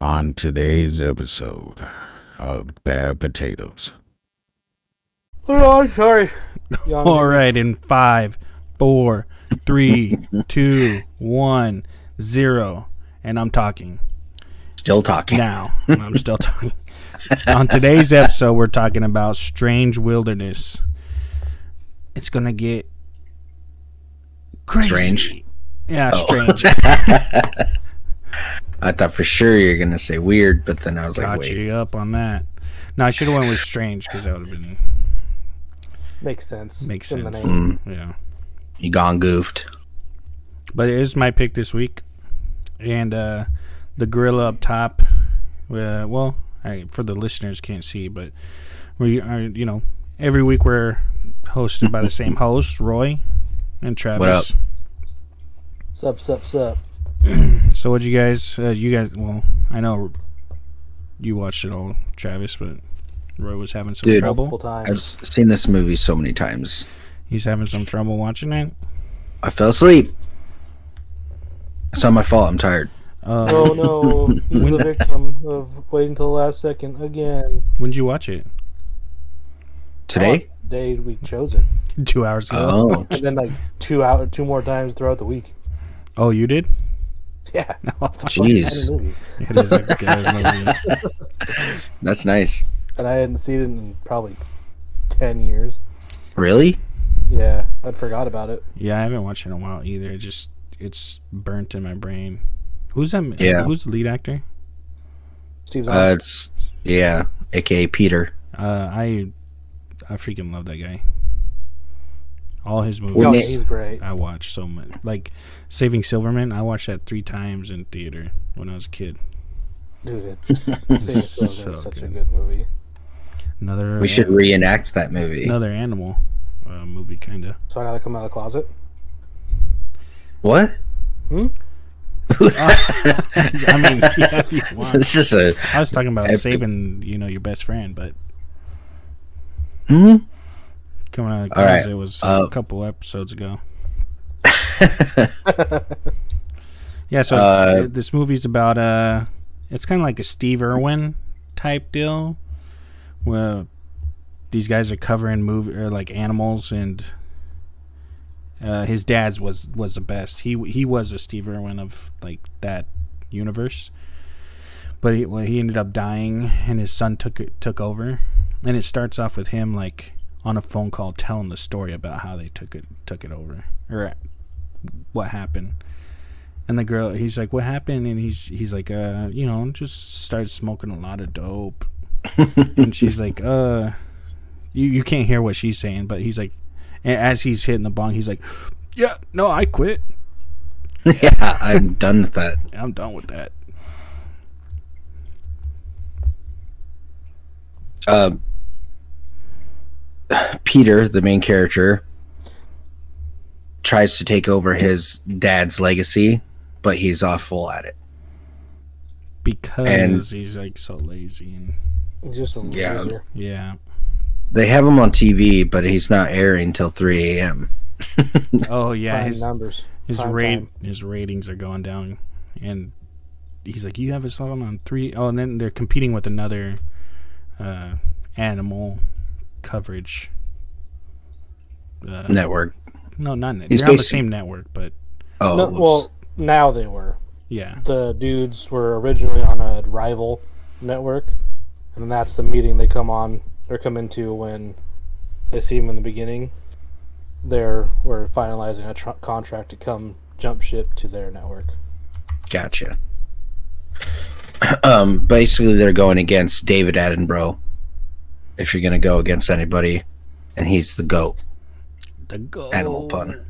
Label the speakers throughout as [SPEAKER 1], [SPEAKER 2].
[SPEAKER 1] on today's episode of Bad Potatoes.
[SPEAKER 2] Oh, I'm sorry. Y'all
[SPEAKER 3] All right, in five, four, three, two, one, zero, and I'm talking
[SPEAKER 4] Still talking.
[SPEAKER 3] now. And I'm still talking. On today's episode, we're talking about strange wilderness. It's gonna get crazy.
[SPEAKER 4] Strange? Oh.
[SPEAKER 3] Yeah, strange.
[SPEAKER 4] I thought for sure you're gonna say weird, but then I was like,
[SPEAKER 3] Got
[SPEAKER 4] wait,
[SPEAKER 3] you up on that. No, I should have went with strange because that would have been
[SPEAKER 2] Makes sense.
[SPEAKER 3] makes
[SPEAKER 2] It's in the
[SPEAKER 3] sense.
[SPEAKER 2] name.
[SPEAKER 3] Yeah.
[SPEAKER 4] you gone goofed.
[SPEAKER 3] But it is my pick this week. And uh, the gorilla up top. Uh, well, I, for the listeners can't see, but we are, you know, every week we're hosted by the same host, Roy and Travis.
[SPEAKER 4] Mm.
[SPEAKER 2] Sup, sup, sup.
[SPEAKER 3] So what you guys, uh, you guys, well, I know you watched it all, Travis, but Roy was having some
[SPEAKER 4] Dude.
[SPEAKER 3] trouble.
[SPEAKER 2] Multiple times.
[SPEAKER 4] I've s- seen this movie so many times.
[SPEAKER 3] He's having some trouble watching it.
[SPEAKER 4] I fell asleep. It's not my fault. I'm tired.
[SPEAKER 3] Uh,
[SPEAKER 2] Oh no, he's the victim of waiting till the last second again.
[SPEAKER 3] when did you watch it?
[SPEAKER 4] Today?
[SPEAKER 2] Oh, day we chose it,
[SPEAKER 3] Two hours ago.
[SPEAKER 4] Oh,
[SPEAKER 2] and then like two out, two more times throughout the week.
[SPEAKER 3] oh, you did?
[SPEAKER 2] Yeah,
[SPEAKER 3] Oh.
[SPEAKER 4] jeez.
[SPEAKER 2] movie.
[SPEAKER 3] It is a good movie.
[SPEAKER 4] That's nice.
[SPEAKER 2] and I hadn't seen it in probably ten years.
[SPEAKER 4] Really?
[SPEAKER 2] Yeah, I'd forgot about it.
[SPEAKER 3] Yeah, I haven't watched it in a while either. It just it's burnt in my brain. Who's that?
[SPEAKER 4] Yeah.
[SPEAKER 3] Who's the lead actor?
[SPEAKER 2] Steve's
[SPEAKER 4] Uh, it's yeah, aka Peter.
[SPEAKER 3] Uh, I I freaking love that guy. All his movies
[SPEAKER 2] oh,
[SPEAKER 4] Well,
[SPEAKER 2] yeah,
[SPEAKER 4] Nick-
[SPEAKER 2] he's great.
[SPEAKER 3] I watched so much. Like Saving Silverman, I watched that three times in theater when I was a kid.
[SPEAKER 2] Dude, it's, it's
[SPEAKER 3] so
[SPEAKER 2] such a
[SPEAKER 3] good.
[SPEAKER 2] good movie.
[SPEAKER 3] Another
[SPEAKER 4] We should reenact that movie.
[SPEAKER 3] another animal uh, movie kind of.
[SPEAKER 2] So I gotta come out of the closet.
[SPEAKER 4] What?
[SPEAKER 3] I mean, yeah, if you want.
[SPEAKER 4] This is a
[SPEAKER 3] I was talking about
[SPEAKER 4] Epic.
[SPEAKER 3] saving you know your best friend, but
[SPEAKER 4] hmm?
[SPEAKER 3] coming out of the
[SPEAKER 4] All right,
[SPEAKER 3] closet was
[SPEAKER 4] uh,
[SPEAKER 3] a couple episodes ago. yeah, so
[SPEAKER 4] Uh,
[SPEAKER 3] th- this movie's about uh it's kind of like a Steve Irwin type deal, where these guys are covering move or like animals, and uh, his dad's was was the best. He he was a Steve Irwin of like that universe, but he well, he ended up dying, and his son took it took over, and it starts off with him like on a phone call telling the story about how they took it took it over or what happened. And the girl, he's like, "What happened?" And he's he's like, "Uh, you know, just started smoking a lot of dope." and she's like, "Uh, you you can't hear what she's saying, but he's like, and as he's hitting the bong, he's like, "Yeah, no, I quit.
[SPEAKER 4] yeah. I'm done with that.
[SPEAKER 3] I'm done with that."
[SPEAKER 4] Um, Peter, the main character, tries to take over his dad's legacy, but he's awful at it.
[SPEAKER 3] Because
[SPEAKER 4] And-
[SPEAKER 3] he's like so lazy and
[SPEAKER 2] He's just a
[SPEAKER 4] Yeah.
[SPEAKER 2] loser.
[SPEAKER 3] yeah.
[SPEAKER 4] They have him on TV, but he's not airing till 3 a.m.
[SPEAKER 3] Oh yeah,
[SPEAKER 2] Prime
[SPEAKER 3] his
[SPEAKER 2] numbers.
[SPEAKER 3] his
[SPEAKER 2] Prime
[SPEAKER 3] rate
[SPEAKER 2] time.
[SPEAKER 3] his ratings are going down, and he's like, "You have us on on three oh and then they're competing with another uh, animal coverage. Uh,
[SPEAKER 4] Network.
[SPEAKER 3] no, not net.
[SPEAKER 4] He's
[SPEAKER 3] They're on the
[SPEAKER 4] basic-
[SPEAKER 3] same network, but
[SPEAKER 4] Oh,
[SPEAKER 2] No,
[SPEAKER 4] whoops.
[SPEAKER 2] well, now they were.
[SPEAKER 3] yeah,
[SPEAKER 2] The dudes were originally on a rival network, and that's the meeting they come on or come into when they see him in the beginning. They're we're finalizing a tr- contract to come jump ship to their network.
[SPEAKER 4] gotcha. Um, basically, they're going against David Attenborough. If you're gonna go against anybody, and he's the goat,
[SPEAKER 3] the goal.
[SPEAKER 4] animal pun.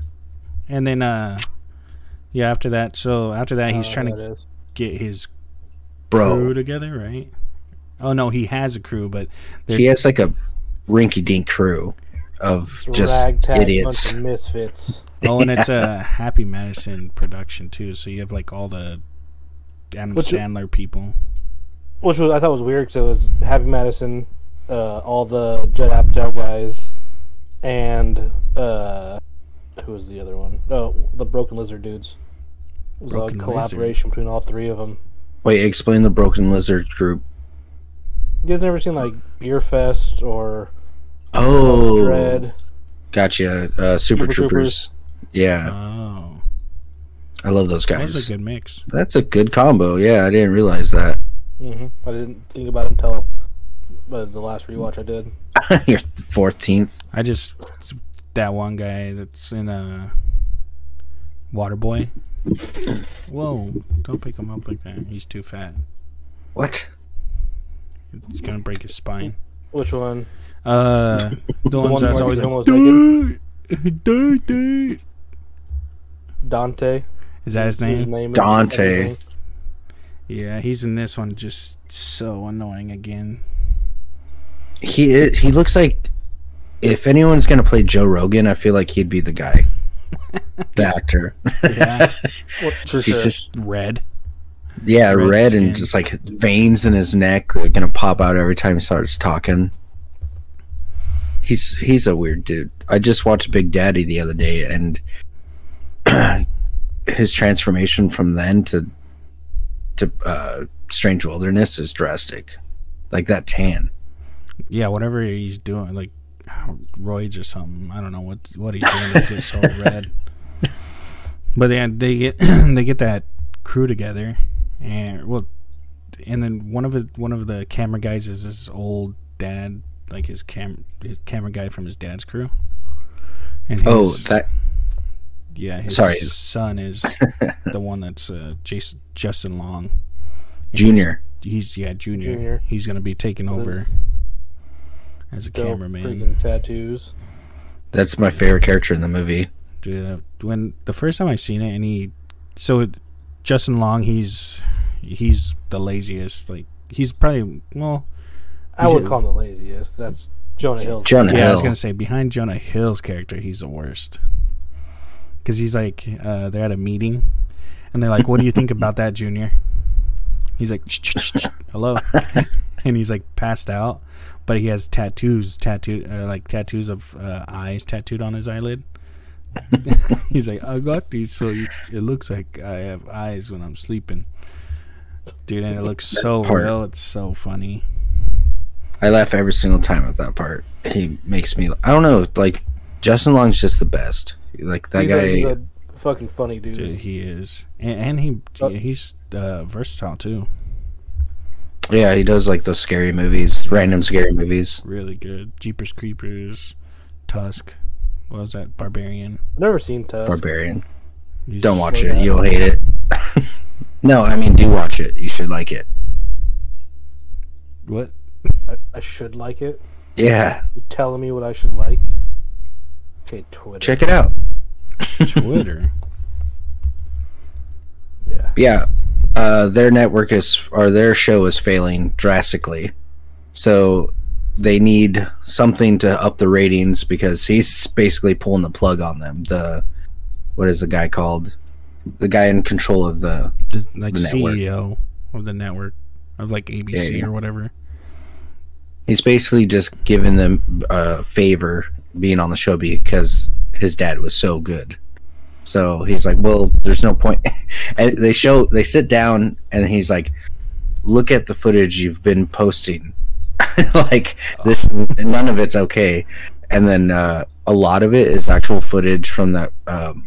[SPEAKER 3] And then uh, yeah, after that, so after that, he's
[SPEAKER 2] Uh,
[SPEAKER 3] trying
[SPEAKER 2] that
[SPEAKER 3] to
[SPEAKER 2] is.
[SPEAKER 3] get his crew
[SPEAKER 4] Bro,
[SPEAKER 3] together, right? Oh no, he has a crew, but
[SPEAKER 4] he has like a rinky-dink crew of
[SPEAKER 2] It's a
[SPEAKER 4] just
[SPEAKER 2] ragtag
[SPEAKER 4] idiots.
[SPEAKER 2] bunch of misfits.
[SPEAKER 3] oh, and it's a Happy Madison production too. So you have like all the Adam
[SPEAKER 2] What's your-
[SPEAKER 3] Sandler people.
[SPEAKER 2] which was I thought was weird because it was Happy Madison, uh, all the Judd Apatow guys, and uh, who was the other one? Oh, the Broken Lizard dudes. It was
[SPEAKER 3] Broken
[SPEAKER 2] a
[SPEAKER 3] Lizard.
[SPEAKER 2] collaboration between all three of them.
[SPEAKER 4] Wait, explain the Broken Lizard group.
[SPEAKER 2] You guys never seen like Beer Fest or
[SPEAKER 4] Oh,
[SPEAKER 2] Dread?
[SPEAKER 4] gotcha. Uh, Super,
[SPEAKER 2] Super
[SPEAKER 4] Troopers.
[SPEAKER 2] Troopers.
[SPEAKER 4] Yeah,
[SPEAKER 3] Oh,
[SPEAKER 4] I love those
[SPEAKER 3] that was
[SPEAKER 4] guys.
[SPEAKER 3] a good mix.
[SPEAKER 4] That's a good combo. Yeah, I didn't realize that.
[SPEAKER 2] hmm I didn't think about it until uh, the last rewatch I did.
[SPEAKER 4] Your fourteenth.
[SPEAKER 3] I just that one guy that's in a Waterboy. Whoa! Don't pick him up like that. He's too fat.
[SPEAKER 4] What?
[SPEAKER 3] He's gonna break his spine.
[SPEAKER 2] Which one?
[SPEAKER 3] Uh, the ones
[SPEAKER 2] one
[SPEAKER 3] that's
[SPEAKER 2] where
[SPEAKER 3] always
[SPEAKER 2] he's
[SPEAKER 3] like,
[SPEAKER 2] almost naked?
[SPEAKER 3] "Dude, dude, dude."
[SPEAKER 2] Dante.
[SPEAKER 3] Is that his name?
[SPEAKER 2] is
[SPEAKER 4] Dante.
[SPEAKER 2] everything.
[SPEAKER 3] Yeah, he's in this one. Just so annoying again.
[SPEAKER 4] He is, he looks like. If anyone's gonna play Joe Rogan, I feel like he'd be the guy, the actor.
[SPEAKER 3] Yeah,
[SPEAKER 2] What- for
[SPEAKER 4] He's
[SPEAKER 2] sure.
[SPEAKER 4] just
[SPEAKER 3] red.
[SPEAKER 4] yeah,
[SPEAKER 3] Red
[SPEAKER 4] red,
[SPEAKER 3] skin.
[SPEAKER 4] and just like veins in his neck that are gonna pop out every time he starts talking. He's he's a weird dude. I just watched Big Daddy the other day, and his transformation from then to to uh, Strange Wilderness is drastic. Like that tan.
[SPEAKER 3] Yeah, whatever he's doing, like oh, roids or something. I don't know what what he's doing to get so red. But they they get they get that crew together, and well, and then one of the one of the camera guys is this old dad, like his cam his camera guy from his dad's crew. And
[SPEAKER 4] Oh,
[SPEAKER 3] his-
[SPEAKER 4] that
[SPEAKER 3] yeah, his
[SPEAKER 4] sorry.
[SPEAKER 3] son is the one that's uh, Jason Justin Long And he's-
[SPEAKER 4] junior.
[SPEAKER 3] he's yeah junior.
[SPEAKER 2] Junior.
[SPEAKER 3] He's gonna be taking
[SPEAKER 2] With
[SPEAKER 3] over
[SPEAKER 2] his
[SPEAKER 3] as a
[SPEAKER 2] Dope
[SPEAKER 3] cameraman.
[SPEAKER 2] freaking tattoos.
[SPEAKER 4] That's my favorite character in the movie.
[SPEAKER 3] Yeah, uh, when the first time I seen it, and he, so it- Justin Long, he's he's the laziest. Like he's probably well,
[SPEAKER 2] I would call him the laziest. That's Jonah Hill's.
[SPEAKER 4] Jonah
[SPEAKER 3] yeah, I was
[SPEAKER 4] Hill.
[SPEAKER 3] gonna say behind Jonah Hill's character, he's the worst. Because he's like, uh, they're at a meeting, and they're like, "What do you think about that, Junior?" He's like, "Shh, shh, shh, shh, "Hello," and he's like passed out, but he has tattoos, tattooed uh, like tattoos of uh, eyes tattooed on his eyelid. he's like, "I got these, so you, it looks like I have eyes when I'm sleeping." Dude, and it looks so
[SPEAKER 4] part.
[SPEAKER 3] real. It's so funny.
[SPEAKER 4] I laugh every single time at that part. He makes me. I don't know. Like Justin Long's just the best. Like that
[SPEAKER 2] he's,
[SPEAKER 4] guy.
[SPEAKER 2] a, he's a fucking funny dude.
[SPEAKER 3] Dude, he is, and, and he
[SPEAKER 4] Oh.
[SPEAKER 2] Uh,
[SPEAKER 3] he's uh, versatile too.
[SPEAKER 4] yeah, he does like those scary movies, random scary movies.
[SPEAKER 3] Really good. Jeepers Creepers, Tusk. What was that? Barbarian.
[SPEAKER 2] I've never seen Tusk.
[SPEAKER 4] Barbarian.
[SPEAKER 3] He's-
[SPEAKER 4] Don't watch
[SPEAKER 2] yeah.
[SPEAKER 4] it. You'll hate it. no, I mean do watch it. You should like it.
[SPEAKER 3] What?
[SPEAKER 2] I, I should like it.
[SPEAKER 4] Yeah,
[SPEAKER 2] You telling me what I should like? Okay, Twitter.
[SPEAKER 4] check it out.
[SPEAKER 3] Twitter.
[SPEAKER 2] Yeah.
[SPEAKER 4] Yeah, uh, their network is or their show is failing drastically, so they need something to up the ratings because he's basically pulling the plug on them. The what is the guy called? The guy in control of the
[SPEAKER 3] The, like
[SPEAKER 4] The network.
[SPEAKER 3] CEO of the network of like ABC
[SPEAKER 4] Yeah, yeah.
[SPEAKER 3] or whatever.
[SPEAKER 4] He's basically just giving them a favor being on the show because his dad was so good. So he's like, "Well, there's no point." and they show they sit down and he's like, "Look at the footage you've been posting. like this, none of it's okay." And then uh, a lot of it is actual footage from that um,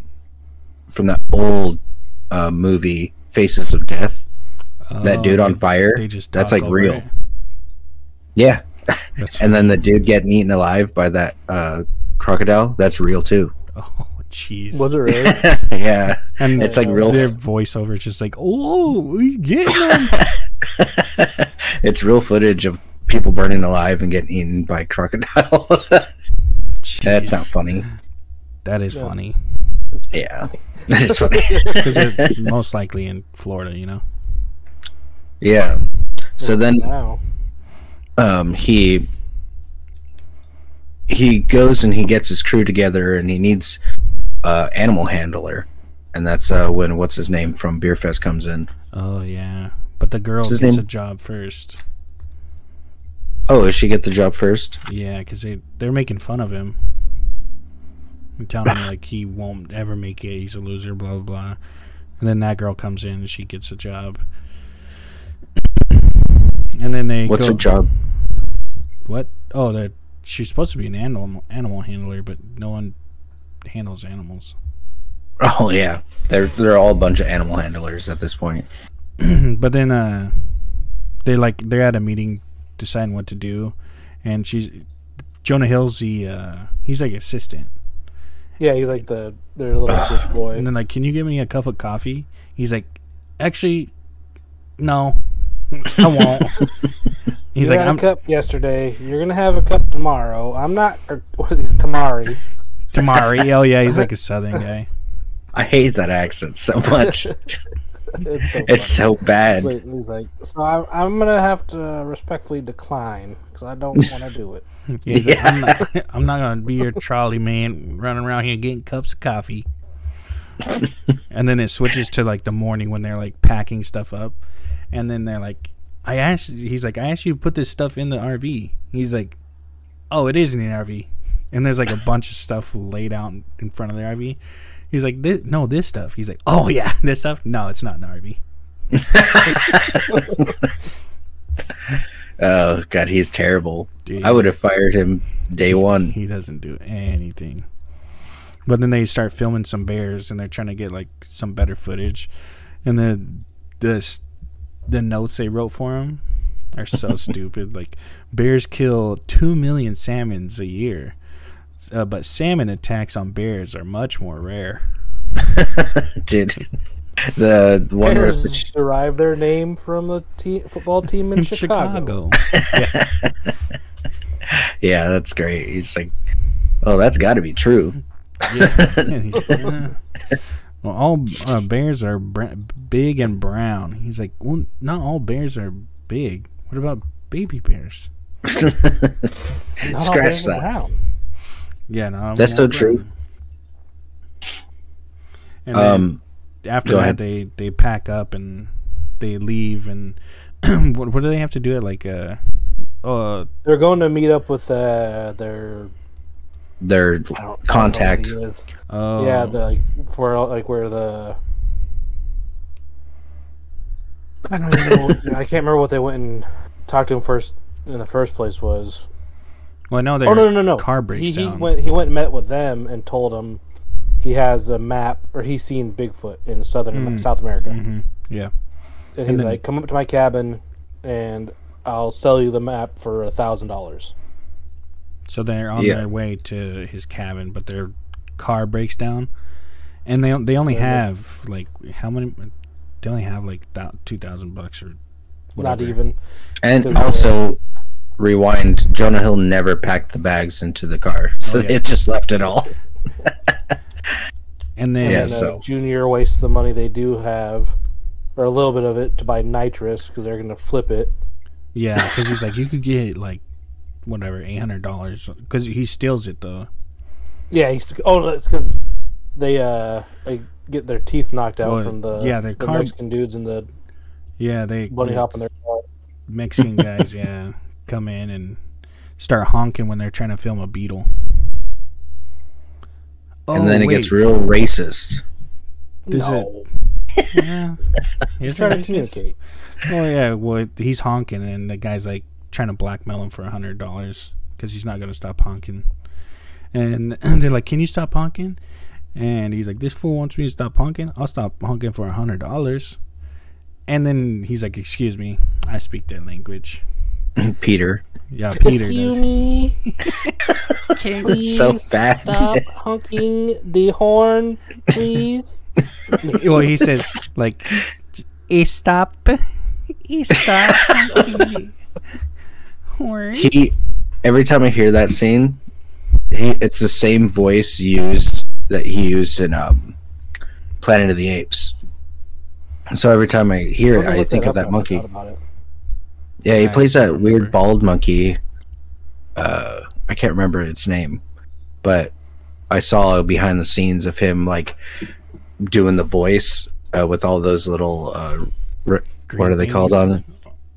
[SPEAKER 4] from that old uh, movie Faces of Death. That
[SPEAKER 3] Oh,
[SPEAKER 4] dude on
[SPEAKER 3] they-
[SPEAKER 4] fire.
[SPEAKER 3] They just
[SPEAKER 4] that's
[SPEAKER 3] talk
[SPEAKER 4] like
[SPEAKER 3] over
[SPEAKER 4] real.
[SPEAKER 3] it.
[SPEAKER 4] Yeah,
[SPEAKER 3] That's,
[SPEAKER 4] and then the dude getting eaten alive by that uh, crocodile that's real too
[SPEAKER 3] oh jeez.
[SPEAKER 2] Was it really?
[SPEAKER 4] yeah
[SPEAKER 3] And
[SPEAKER 4] it's like real
[SPEAKER 3] their voiceover is just like, oh, we get him.
[SPEAKER 4] it's real footage of people burning alive and getting eaten by crocodile
[SPEAKER 3] Jeez.
[SPEAKER 4] that's not funny
[SPEAKER 3] That is
[SPEAKER 2] Yeah.
[SPEAKER 3] funny
[SPEAKER 2] It's-
[SPEAKER 4] yeah that is funny
[SPEAKER 3] because they're most likely in Florida. You know.
[SPEAKER 4] yeah so then
[SPEAKER 2] Now.
[SPEAKER 4] um, he he goes and he gets his crew together and he needs uh animal handler and that's uh when what's his name from beer fest comes in
[SPEAKER 3] Oh yeah, but the girl
[SPEAKER 4] What's his
[SPEAKER 3] gets a
[SPEAKER 4] name?
[SPEAKER 3] job first.
[SPEAKER 4] oh does she get the job first
[SPEAKER 3] Yeah, because they they're making fun of him. And telling him like he won't ever make it. He's a loser. Blah blah blah. And then that girl comes in and she gets a job. and then they
[SPEAKER 4] What's
[SPEAKER 3] go,
[SPEAKER 4] her job?
[SPEAKER 3] What? Oh, that she's supposed to be an animal animal handler, but no one handles animals.
[SPEAKER 4] Oh yeah, they're they're all a bunch of animal handlers at this point.
[SPEAKER 3] but then uh they like they're at a meeting deciding what to do and she's jonah hill's the uh he's like assistant
[SPEAKER 2] Yeah, he's like the their little fish boy.
[SPEAKER 3] and then like can you give me a cup of coffee he's like actually no i won't he's
[SPEAKER 2] you
[SPEAKER 3] like
[SPEAKER 2] had
[SPEAKER 3] i'm
[SPEAKER 2] a cup yesterday. You're gonna have a cup tomorrow. I'm not. Or what are these tamari?
[SPEAKER 3] tamari oh yeah he's like a southern guy
[SPEAKER 4] I hate that accent so much.
[SPEAKER 2] It's so.
[SPEAKER 4] it's
[SPEAKER 2] funny.
[SPEAKER 4] so bad.
[SPEAKER 2] Wait, he's like, so I, I'm gonna have to respectfully decline because I don't want to do it.
[SPEAKER 3] he's like, I'm, not, I'm not gonna be your trolley man running around here getting cups of coffee and then it switches to like the morning when they're like packing stuff up and then they're like i asked he's like i asked you to put this stuff in the rv he's like oh it is in the rv and there's like a bunch of stuff laid out in front of the rv he's like this, no this stuff he's like oh yeah this stuff no it's not in the rv
[SPEAKER 4] Oh god, he's terrible.
[SPEAKER 3] Dude.
[SPEAKER 4] I would have fired him day
[SPEAKER 2] Mm.
[SPEAKER 4] one.
[SPEAKER 3] he doesn't do anything. But then they start filming some bears, and they're trying to get like some better footage. And the this the notes they wrote for him are so stupid. Like bears kill two million salmons a year, uh, but salmon attacks on bears are much more rare.
[SPEAKER 4] Did the one where
[SPEAKER 2] Bears
[SPEAKER 4] the ch-
[SPEAKER 2] derive their name from a te- football team in Chicago.
[SPEAKER 3] Chicago.
[SPEAKER 4] yeah, that's great. He's like, oh, that's got to be true.
[SPEAKER 3] And he's like, "Uh, well, all uh, bears are br- big and brown. He's like, well, not all bears are big. What about baby bears?
[SPEAKER 2] Not all
[SPEAKER 4] Scratch
[SPEAKER 2] bears are
[SPEAKER 4] that.
[SPEAKER 2] brown.
[SPEAKER 3] Yeah, no,
[SPEAKER 4] That's so
[SPEAKER 3] I'm-
[SPEAKER 4] true.
[SPEAKER 3] And then
[SPEAKER 4] Um,
[SPEAKER 3] after
[SPEAKER 4] go
[SPEAKER 3] that,
[SPEAKER 4] ahead.
[SPEAKER 3] they they pack up and they leave. And what, what do they have to do at like uh uh
[SPEAKER 2] They're going to meet up with uh, their
[SPEAKER 4] their
[SPEAKER 2] I don't- I don't know what
[SPEAKER 4] contact.
[SPEAKER 2] he is.
[SPEAKER 3] oh
[SPEAKER 2] Yeah, the like where like where the I don't even know. What, I can't remember what they went and talked to him first in the first place was.
[SPEAKER 3] well no their
[SPEAKER 2] oh no no no no!
[SPEAKER 3] car breaks
[SPEAKER 2] he, he
[SPEAKER 3] down
[SPEAKER 2] went he went and met with them and told them he has a map or he's seen Bigfoot in southern South America
[SPEAKER 3] Mhm. yeah
[SPEAKER 2] and he's
[SPEAKER 3] then-
[SPEAKER 2] like, come up to my cabin and I'll sell you the map for a thousand dollars.
[SPEAKER 3] So they're on
[SPEAKER 4] Yeah.
[SPEAKER 3] their way to his cabin, but their car breaks down, and they they only have like how many? They only have like two thousand bucks or
[SPEAKER 2] Not
[SPEAKER 3] Whatever.
[SPEAKER 2] even.
[SPEAKER 4] And
[SPEAKER 2] Because,
[SPEAKER 4] also, rewind. Jonah Hill never packed the bags into the car, so
[SPEAKER 3] Oh, yeah.
[SPEAKER 4] it just left it all.
[SPEAKER 3] and then
[SPEAKER 2] And
[SPEAKER 4] Yeah,
[SPEAKER 2] then, uh,
[SPEAKER 4] so-
[SPEAKER 2] Junior wastes the money they do have, or a little bit of it, to buy nitrous because they're going to flip it.
[SPEAKER 3] yeah, because he's like you could get like whatever eight hundred dollars because he steals it though.
[SPEAKER 2] Yeah, he's oh, it's because they uh they get their teeth knocked out
[SPEAKER 3] Well,
[SPEAKER 2] from the
[SPEAKER 3] yeah, their
[SPEAKER 2] the
[SPEAKER 3] car-
[SPEAKER 2] Mexican dudes and the
[SPEAKER 3] Yeah, they
[SPEAKER 2] bunny
[SPEAKER 3] they-
[SPEAKER 2] hop in their car.
[SPEAKER 3] Mexican guys yeah come in and start honking when they're trying to film a beetle.
[SPEAKER 4] and then it gets
[SPEAKER 3] wait.
[SPEAKER 4] real racist.
[SPEAKER 3] This is-
[SPEAKER 2] no,
[SPEAKER 3] Yeah. He's
[SPEAKER 2] trying to communicate.
[SPEAKER 3] Oh yeah, well he's honking, and the guy's like trying to blackmail him for a hundred dollars because he's not gonna stop honking. And they're like, "Can you stop honking?" And he's like, "This fool wants me to stop honking. I'll stop honking for a hundred dollars." And then he's like, "Excuse me, I speak that language."
[SPEAKER 4] Peter,
[SPEAKER 3] Yeah, Peter
[SPEAKER 2] Excuse
[SPEAKER 3] does.
[SPEAKER 2] me, please
[SPEAKER 4] so bad.
[SPEAKER 2] stop honking the horn, please.
[SPEAKER 3] Well, he says like, "E stop, e stop." honking." Or-
[SPEAKER 4] he every time I hear that scene, he it's the same voice used that he used in um, Planet of the Apes. So every time I hear it,
[SPEAKER 2] wasn't
[SPEAKER 4] I
[SPEAKER 2] looking
[SPEAKER 4] think
[SPEAKER 2] it
[SPEAKER 4] of
[SPEAKER 2] up
[SPEAKER 4] that
[SPEAKER 2] when I
[SPEAKER 4] monkey.
[SPEAKER 2] thought about it.
[SPEAKER 4] Yeah, he
[SPEAKER 3] I
[SPEAKER 4] plays
[SPEAKER 3] don't
[SPEAKER 4] that
[SPEAKER 3] remember.
[SPEAKER 4] weird bald monkey. Uh, I can't remember its name, but I saw behind the scenes of him like doing the voice uh, with all those little uh, r- what are they called
[SPEAKER 3] things?
[SPEAKER 4] on it?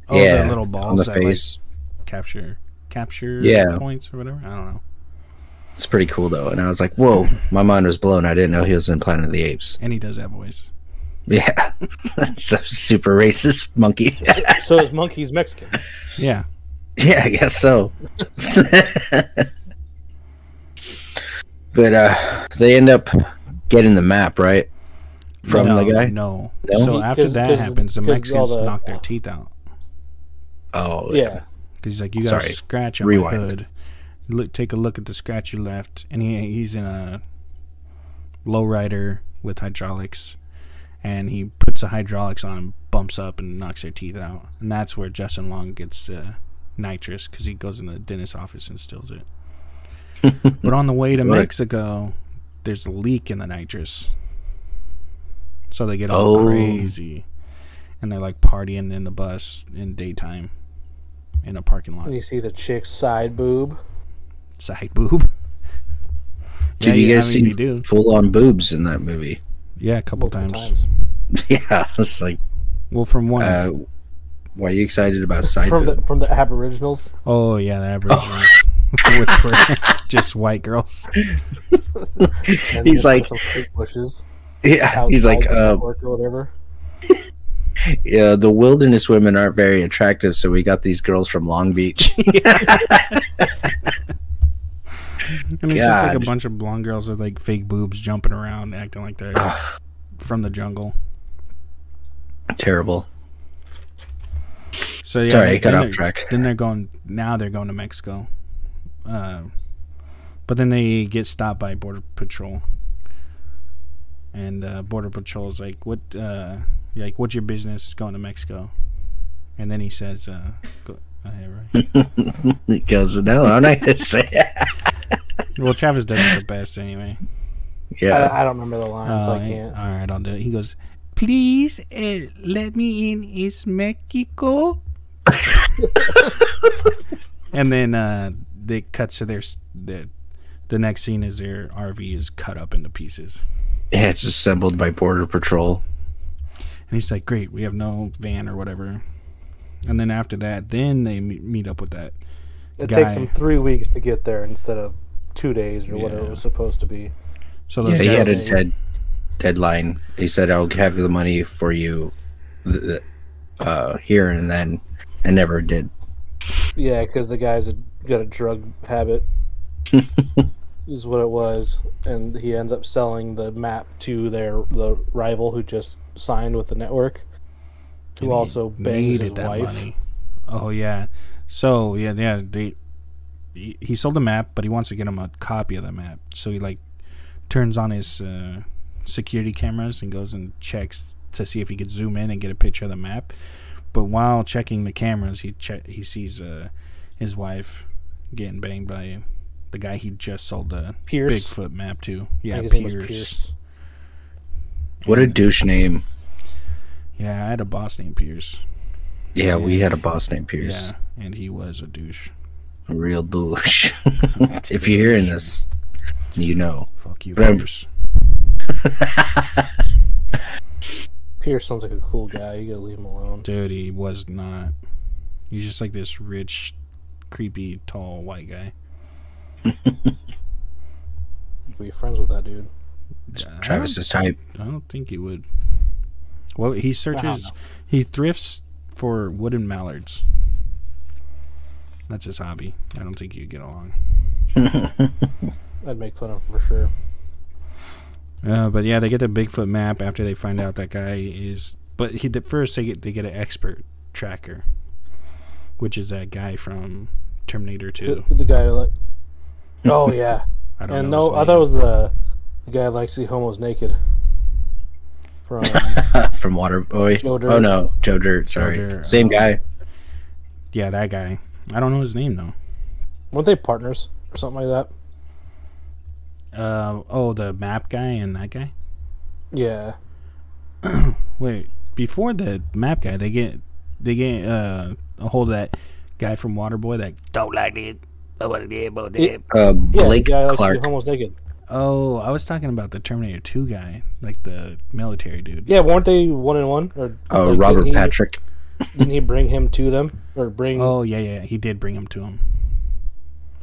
[SPEAKER 3] Oh,
[SPEAKER 4] yeah,
[SPEAKER 3] the little
[SPEAKER 4] on
[SPEAKER 3] balls
[SPEAKER 4] the
[SPEAKER 3] that, like,
[SPEAKER 4] face.
[SPEAKER 3] capture capture
[SPEAKER 4] Yeah.
[SPEAKER 3] points or whatever. I don't know.
[SPEAKER 4] It's pretty cool though, and I was like, "Whoa!" My mind was blown. I didn't know he was in Planet of the Apes.
[SPEAKER 3] And he does that voice.
[SPEAKER 4] Yeah, that's a super racist monkey.
[SPEAKER 2] So is monkey's Mexican.
[SPEAKER 3] Yeah.
[SPEAKER 4] yeah, I guess so. but uh, they end up getting the map right from
[SPEAKER 3] no,
[SPEAKER 4] the guy.
[SPEAKER 3] No.
[SPEAKER 4] No?
[SPEAKER 3] So after
[SPEAKER 2] 'Cause-
[SPEAKER 3] that
[SPEAKER 2] 'cause-
[SPEAKER 3] happens, the
[SPEAKER 2] 'cause all
[SPEAKER 3] Mexicans
[SPEAKER 2] the-
[SPEAKER 3] knock their teeth out
[SPEAKER 4] Oh,
[SPEAKER 2] Yeah.
[SPEAKER 3] because he's like, "You got a
[SPEAKER 4] Sorry.
[SPEAKER 3] scratch on
[SPEAKER 4] Rewind.
[SPEAKER 3] my hood. Look, take a look at the scratch you left." And he he's in a lowrider with hydraulics, and he puts the hydraulics on and bumps up and knocks their teeth out. And that's where Justin Long gets uh, nitrous because he goes in the dentist's office and steals it. but on the way to
[SPEAKER 4] Right.
[SPEAKER 3] Mexico, there's a leak in the nitrous. So they get all
[SPEAKER 4] Oh.
[SPEAKER 3] crazy. And they're like partying in the bus in daytime in a parking lot.
[SPEAKER 2] And you see the chick's side boob.
[SPEAKER 3] Side boob.
[SPEAKER 4] Did
[SPEAKER 3] yeah,
[SPEAKER 4] you
[SPEAKER 3] yeah,
[SPEAKER 4] guys
[SPEAKER 3] I mean,
[SPEAKER 4] see
[SPEAKER 3] you do.
[SPEAKER 4] full on boobs in that movie?
[SPEAKER 3] Yeah, a couple
[SPEAKER 2] Multiple
[SPEAKER 3] times.
[SPEAKER 2] times.
[SPEAKER 4] yeah, it's like,
[SPEAKER 3] Well, from one.
[SPEAKER 4] uh, why are you excited about side
[SPEAKER 2] From the
[SPEAKER 4] boob?
[SPEAKER 2] from the Aboriginals.
[SPEAKER 3] oh, yeah, the Aboriginals. which were just white girls.
[SPEAKER 2] And
[SPEAKER 4] He's
[SPEAKER 2] there's
[SPEAKER 4] like-
[SPEAKER 2] some fake bushes.
[SPEAKER 4] Yeah, he's like,
[SPEAKER 2] outside the
[SPEAKER 4] uh,
[SPEAKER 2] network or whatever.
[SPEAKER 4] yeah, the wilderness women aren't very attractive, so we got these girls from Long Beach.
[SPEAKER 3] I mean, it's just like a
[SPEAKER 4] God.
[SPEAKER 3] bunch of blonde girls with like fake boobs jumping around, acting like they're from the jungle.
[SPEAKER 4] Terrible.
[SPEAKER 3] So yeah,
[SPEAKER 4] Sorry,
[SPEAKER 3] they-
[SPEAKER 4] I got
[SPEAKER 3] then
[SPEAKER 4] off
[SPEAKER 3] they're-
[SPEAKER 4] track.
[SPEAKER 3] Then they're going now. They're going to Mexico, uh, but then they get stopped by border patrol, and uh, border patrol is like, "What? Uh, like, what's your business going to Mexico?" And then he says, uh, go, uh, yeah, right.
[SPEAKER 4] He goes, no, I'm not gonna say it.
[SPEAKER 3] "Well, Travis does it the best anyway."
[SPEAKER 4] Yeah,
[SPEAKER 2] I, I don't remember the line, so I
[SPEAKER 3] Uh,
[SPEAKER 2] can't.
[SPEAKER 3] All right, I'll do it. He goes, "Please uh, let me in. It's Mexico." and then uh, they cut to their, s- their the next scene is their RV is cut up into pieces,
[SPEAKER 4] yeah, it's assembled by Border Patrol.
[SPEAKER 3] and he's like, "Great, we have no van or whatever." And then after that, then they me- meet up with that.
[SPEAKER 2] It
[SPEAKER 3] guy-
[SPEAKER 2] takes them three weeks to get there instead of two days or whatever
[SPEAKER 3] Yeah.
[SPEAKER 2] it was supposed to be.
[SPEAKER 3] So
[SPEAKER 4] Yeah,
[SPEAKER 3] those
[SPEAKER 4] he had
[SPEAKER 3] guys,
[SPEAKER 4] a
[SPEAKER 2] guys-
[SPEAKER 4] dead deadline. He said, "I'll have the money for you th- th- uh, here and then," and never did.
[SPEAKER 2] Yeah, because the guy's a, got a drug habit, is what it was, and he ends up selling the map to their the rival who just signed with the network, who also bangs his
[SPEAKER 3] needed that
[SPEAKER 2] wife.
[SPEAKER 3] money. Oh yeah. So yeah, yeah. They, he he sold the map, but he wants to get him a copy of the map. So he like turns on his uh, security cameras and goes and checks to see if he could zoom in and get a picture of the map. But while checking the cameras, he che- he sees uh, his wife getting banged by the guy he just sold the
[SPEAKER 2] Pierce,
[SPEAKER 3] Bigfoot map to.
[SPEAKER 2] I
[SPEAKER 3] Yeah,
[SPEAKER 2] think his
[SPEAKER 3] Pierce.
[SPEAKER 2] name was Pierce.
[SPEAKER 4] What a douche name.
[SPEAKER 3] Yeah, I had a boss named Pierce.
[SPEAKER 4] Yeah, we had a boss named Pierce.
[SPEAKER 3] Yeah, and he was a douche.
[SPEAKER 4] A real douche. if you're hearing this, you know.
[SPEAKER 3] Fuck you,
[SPEAKER 4] Remember-
[SPEAKER 3] Pierce.
[SPEAKER 2] Pierce sounds like a cool guy. You gotta leave him alone.
[SPEAKER 3] Dude, he was not. He's just like this rich, creepy, tall white guy.
[SPEAKER 2] You could be friends with that dude.
[SPEAKER 3] Yeah,
[SPEAKER 4] Travis's type.
[SPEAKER 3] I don't, I don't think he would. Well, he searches.
[SPEAKER 2] know.
[SPEAKER 3] He thrifts for wooden mallards. That's his hobby. I don't think you'd get along.
[SPEAKER 2] I'd make fun of him for sure.
[SPEAKER 3] Uh, but yeah, they get the Bigfoot map after they find out that guy is. But he the first they get they get an expert tracker, which is that guy from Terminator
[SPEAKER 2] The,
[SPEAKER 3] Two.
[SPEAKER 2] the guy, who like, oh yeah,
[SPEAKER 3] I don't
[SPEAKER 2] and
[SPEAKER 3] know. his
[SPEAKER 2] no, I
[SPEAKER 3] name.
[SPEAKER 2] thought it was the, the guy that likes to see homos naked. From
[SPEAKER 4] From Waterboy.
[SPEAKER 2] Joe Dirt.
[SPEAKER 4] Oh no, Joe Dirt. Sorry,
[SPEAKER 3] Dirt,
[SPEAKER 4] same
[SPEAKER 3] uh,
[SPEAKER 4] guy.
[SPEAKER 3] yeah, that guy. I don't know his name though.
[SPEAKER 2] weren't they partners or something like that?
[SPEAKER 3] Uh, oh, the map guy and that guy.
[SPEAKER 2] Yeah.
[SPEAKER 3] Wait, before the map guy, they get they get uh, a hold of that guy from Waterboy that don't like it. I want to be about that.
[SPEAKER 4] Uh,
[SPEAKER 2] Yeah, the
[SPEAKER 4] Blake
[SPEAKER 2] guy that likes to
[SPEAKER 4] Clark.
[SPEAKER 2] be homeless naked.
[SPEAKER 3] Oh, I was talking about the Terminator Two guy, like the military dude.
[SPEAKER 2] Yeah, weren't they one and one? Or
[SPEAKER 3] Oh,
[SPEAKER 4] Uh,
[SPEAKER 2] like,
[SPEAKER 4] Robert
[SPEAKER 2] didn't he-
[SPEAKER 4] Patrick.
[SPEAKER 2] Didn't he bring him to them, or bring?
[SPEAKER 3] Oh yeah, yeah, he did bring him to him.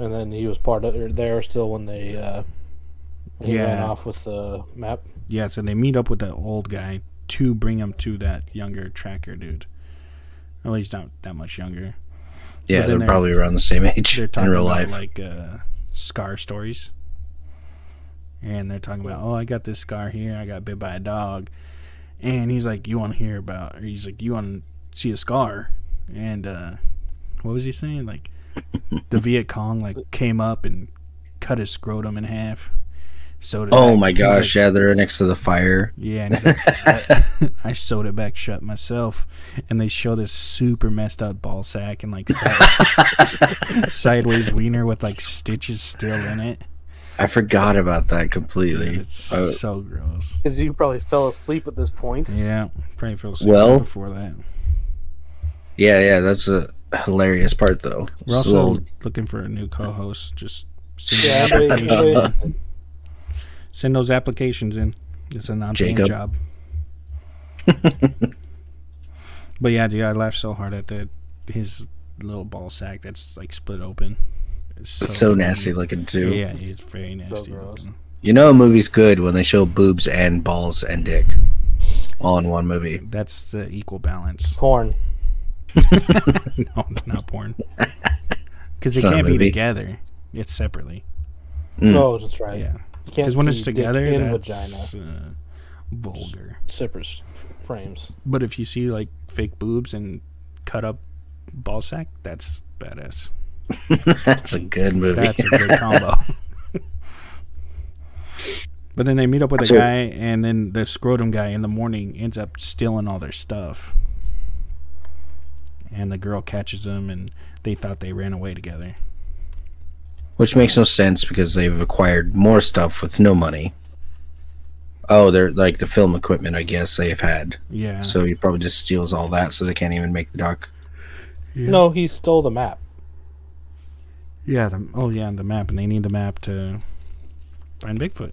[SPEAKER 2] And then he was part of or there still when they. Uh, when he ran
[SPEAKER 3] Yeah.
[SPEAKER 2] off with the map.
[SPEAKER 3] Yeah, so they meet up with the old guy to bring him to that younger tracker dude. Or at least not that much younger.
[SPEAKER 4] Yeah,
[SPEAKER 3] then
[SPEAKER 4] they're
[SPEAKER 3] they're-
[SPEAKER 4] probably around the same age
[SPEAKER 3] They're
[SPEAKER 4] in
[SPEAKER 3] talking
[SPEAKER 4] real
[SPEAKER 3] about
[SPEAKER 4] life.
[SPEAKER 3] like uh, scar stories, and they're talking about, oh, I got this scar here. I got bit by a dog, and he's like, you want to hear about? Or he's like, you want to see a scar? And uh, what was he saying? Like the Viet Cong like came up and cut his scrotum in half. So did
[SPEAKER 4] oh
[SPEAKER 3] I.
[SPEAKER 4] my
[SPEAKER 3] He's
[SPEAKER 4] gosh,
[SPEAKER 3] like-
[SPEAKER 4] yeah, they're next to the fire.
[SPEAKER 3] yeah, and he's like, I, I sewed it back shut myself, and they show this super messed up ball sack and like side- sideways wiener with like stitches still in it.
[SPEAKER 4] I forgot about that completely.
[SPEAKER 3] Dude, it's
[SPEAKER 4] Uh,
[SPEAKER 3] so gross.
[SPEAKER 2] Because you probably fell asleep at this point.
[SPEAKER 3] Yeah, probably feel sick
[SPEAKER 4] Well-
[SPEAKER 3] before that.
[SPEAKER 4] yeah, yeah, that's a hilarious part though.
[SPEAKER 3] We're
[SPEAKER 4] It's
[SPEAKER 3] also
[SPEAKER 4] a little-
[SPEAKER 3] looking for a new co-host. Just
[SPEAKER 2] Yeah,
[SPEAKER 3] send,
[SPEAKER 2] but-
[SPEAKER 3] those applications
[SPEAKER 2] but-
[SPEAKER 3] in. send those applications in. It's a non-paying job.
[SPEAKER 4] Jacob.
[SPEAKER 3] but yeah, dude, I laughed so hard at that his little ball sack that's like split open. It's so,
[SPEAKER 4] it's so,
[SPEAKER 3] funny.
[SPEAKER 4] nasty looking too.
[SPEAKER 3] Yeah, it's very nasty.
[SPEAKER 2] gross.
[SPEAKER 3] looking.
[SPEAKER 4] You know a movie's good when they show boobs and balls and dick all in one movie.
[SPEAKER 3] That's the equal balance.
[SPEAKER 2] porn.
[SPEAKER 3] no, not porn. Because
[SPEAKER 4] It's
[SPEAKER 3] they
[SPEAKER 4] not a
[SPEAKER 3] can't be
[SPEAKER 4] movie.
[SPEAKER 3] together. It's separately.
[SPEAKER 4] Mm.
[SPEAKER 2] No, Oh, that's right.
[SPEAKER 3] Hmm. Yeah.
[SPEAKER 2] You can't
[SPEAKER 3] Because when it's
[SPEAKER 2] see dick
[SPEAKER 3] together,
[SPEAKER 2] in
[SPEAKER 3] that's
[SPEAKER 2] vagina
[SPEAKER 3] uh, vulgar.
[SPEAKER 2] separate f- frames.
[SPEAKER 3] But if you see like fake boobs and cut up ball sack, that's badass.
[SPEAKER 4] that's a good movie.
[SPEAKER 3] That's a good combo. but then they meet up with a
[SPEAKER 4] So-
[SPEAKER 3] guy, and then the scrotum guy in the morning ends up stealing all their stuff. And the girl catches them, and they thought they ran away together.
[SPEAKER 4] Which makes no sense because they've acquired more stuff with no money. Oh, they're like the film equipment, I guess they've had.
[SPEAKER 3] Yeah.
[SPEAKER 4] So he probably just steals all that, so they can't even make the doc.
[SPEAKER 3] Yeah.
[SPEAKER 2] No, he stole the map.
[SPEAKER 3] yeah. The, oh yeah, and the map, and they need the map to find Bigfoot.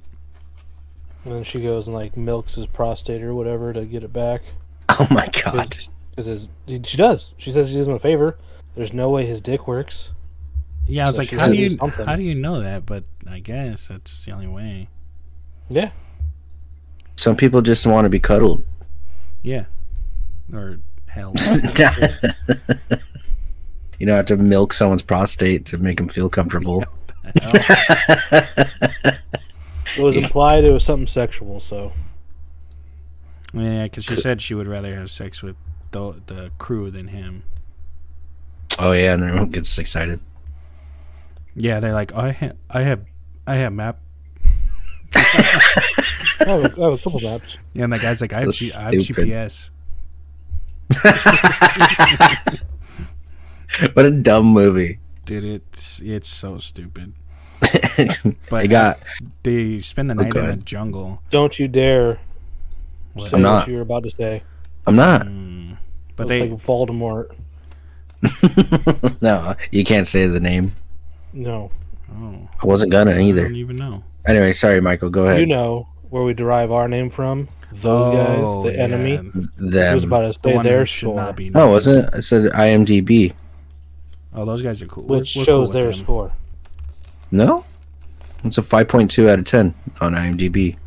[SPEAKER 2] And then she goes and like milks his prostate or whatever to get it back.
[SPEAKER 4] Oh my god!
[SPEAKER 2] Because his- she does. She says she does him a favor. There's no way his dick works.
[SPEAKER 3] Yeah, I was
[SPEAKER 2] So
[SPEAKER 3] like,
[SPEAKER 2] she
[SPEAKER 3] how do
[SPEAKER 2] knew
[SPEAKER 3] you
[SPEAKER 2] something.
[SPEAKER 3] how do you know that? But I guess that's the only way.
[SPEAKER 2] Yeah.
[SPEAKER 4] Some people just want to be cuddled.
[SPEAKER 3] Yeah. Or hell.
[SPEAKER 4] you don't have to milk someone's prostate to make them feel comfortable.
[SPEAKER 2] It was implied it was something sexual, so
[SPEAKER 3] yeah, because she said she would rather have sex with the the crew than him.
[SPEAKER 4] Oh yeah, and everyone gets excited.
[SPEAKER 3] Yeah, they're like, I have, I have, I have map.
[SPEAKER 2] I have a, I have a couple maps.
[SPEAKER 3] Yeah, and the guy's like, I have, G- I have
[SPEAKER 4] stupid.
[SPEAKER 3] GPS.
[SPEAKER 4] What a dumb movie!
[SPEAKER 3] Dude, it's it's so stupid. But
[SPEAKER 4] I got. Oh,
[SPEAKER 3] they spend the night
[SPEAKER 4] go
[SPEAKER 3] in the
[SPEAKER 4] ahead.
[SPEAKER 3] jungle.
[SPEAKER 2] Don't you dare
[SPEAKER 3] What?
[SPEAKER 2] say
[SPEAKER 4] I'm not.
[SPEAKER 2] what you were about to say.
[SPEAKER 4] I'm not.
[SPEAKER 3] Mm. But
[SPEAKER 2] But
[SPEAKER 3] they
[SPEAKER 2] like Voldemort.
[SPEAKER 4] No, you can't say the name.
[SPEAKER 2] No,
[SPEAKER 3] oh,
[SPEAKER 4] I wasn't gonna
[SPEAKER 3] I
[SPEAKER 4] either.
[SPEAKER 3] don't even know.
[SPEAKER 4] Anyway, sorry, Michael. Go ahead.
[SPEAKER 2] Mm. you know where we derive our name from. Those
[SPEAKER 3] Oh,
[SPEAKER 2] guys, the
[SPEAKER 3] yeah,
[SPEAKER 2] enemy.
[SPEAKER 3] the
[SPEAKER 2] He was
[SPEAKER 4] them.
[SPEAKER 2] about to
[SPEAKER 3] one
[SPEAKER 2] say
[SPEAKER 3] who
[SPEAKER 2] their
[SPEAKER 3] should
[SPEAKER 2] score,
[SPEAKER 3] not be.
[SPEAKER 4] No, was it? I said IMDb.
[SPEAKER 3] Oh, those guys are cool. We're-
[SPEAKER 2] which
[SPEAKER 3] we're cool
[SPEAKER 2] shows
[SPEAKER 3] with
[SPEAKER 2] their
[SPEAKER 3] them.
[SPEAKER 2] score.
[SPEAKER 4] No, it's a five point two out of ten on IMDb.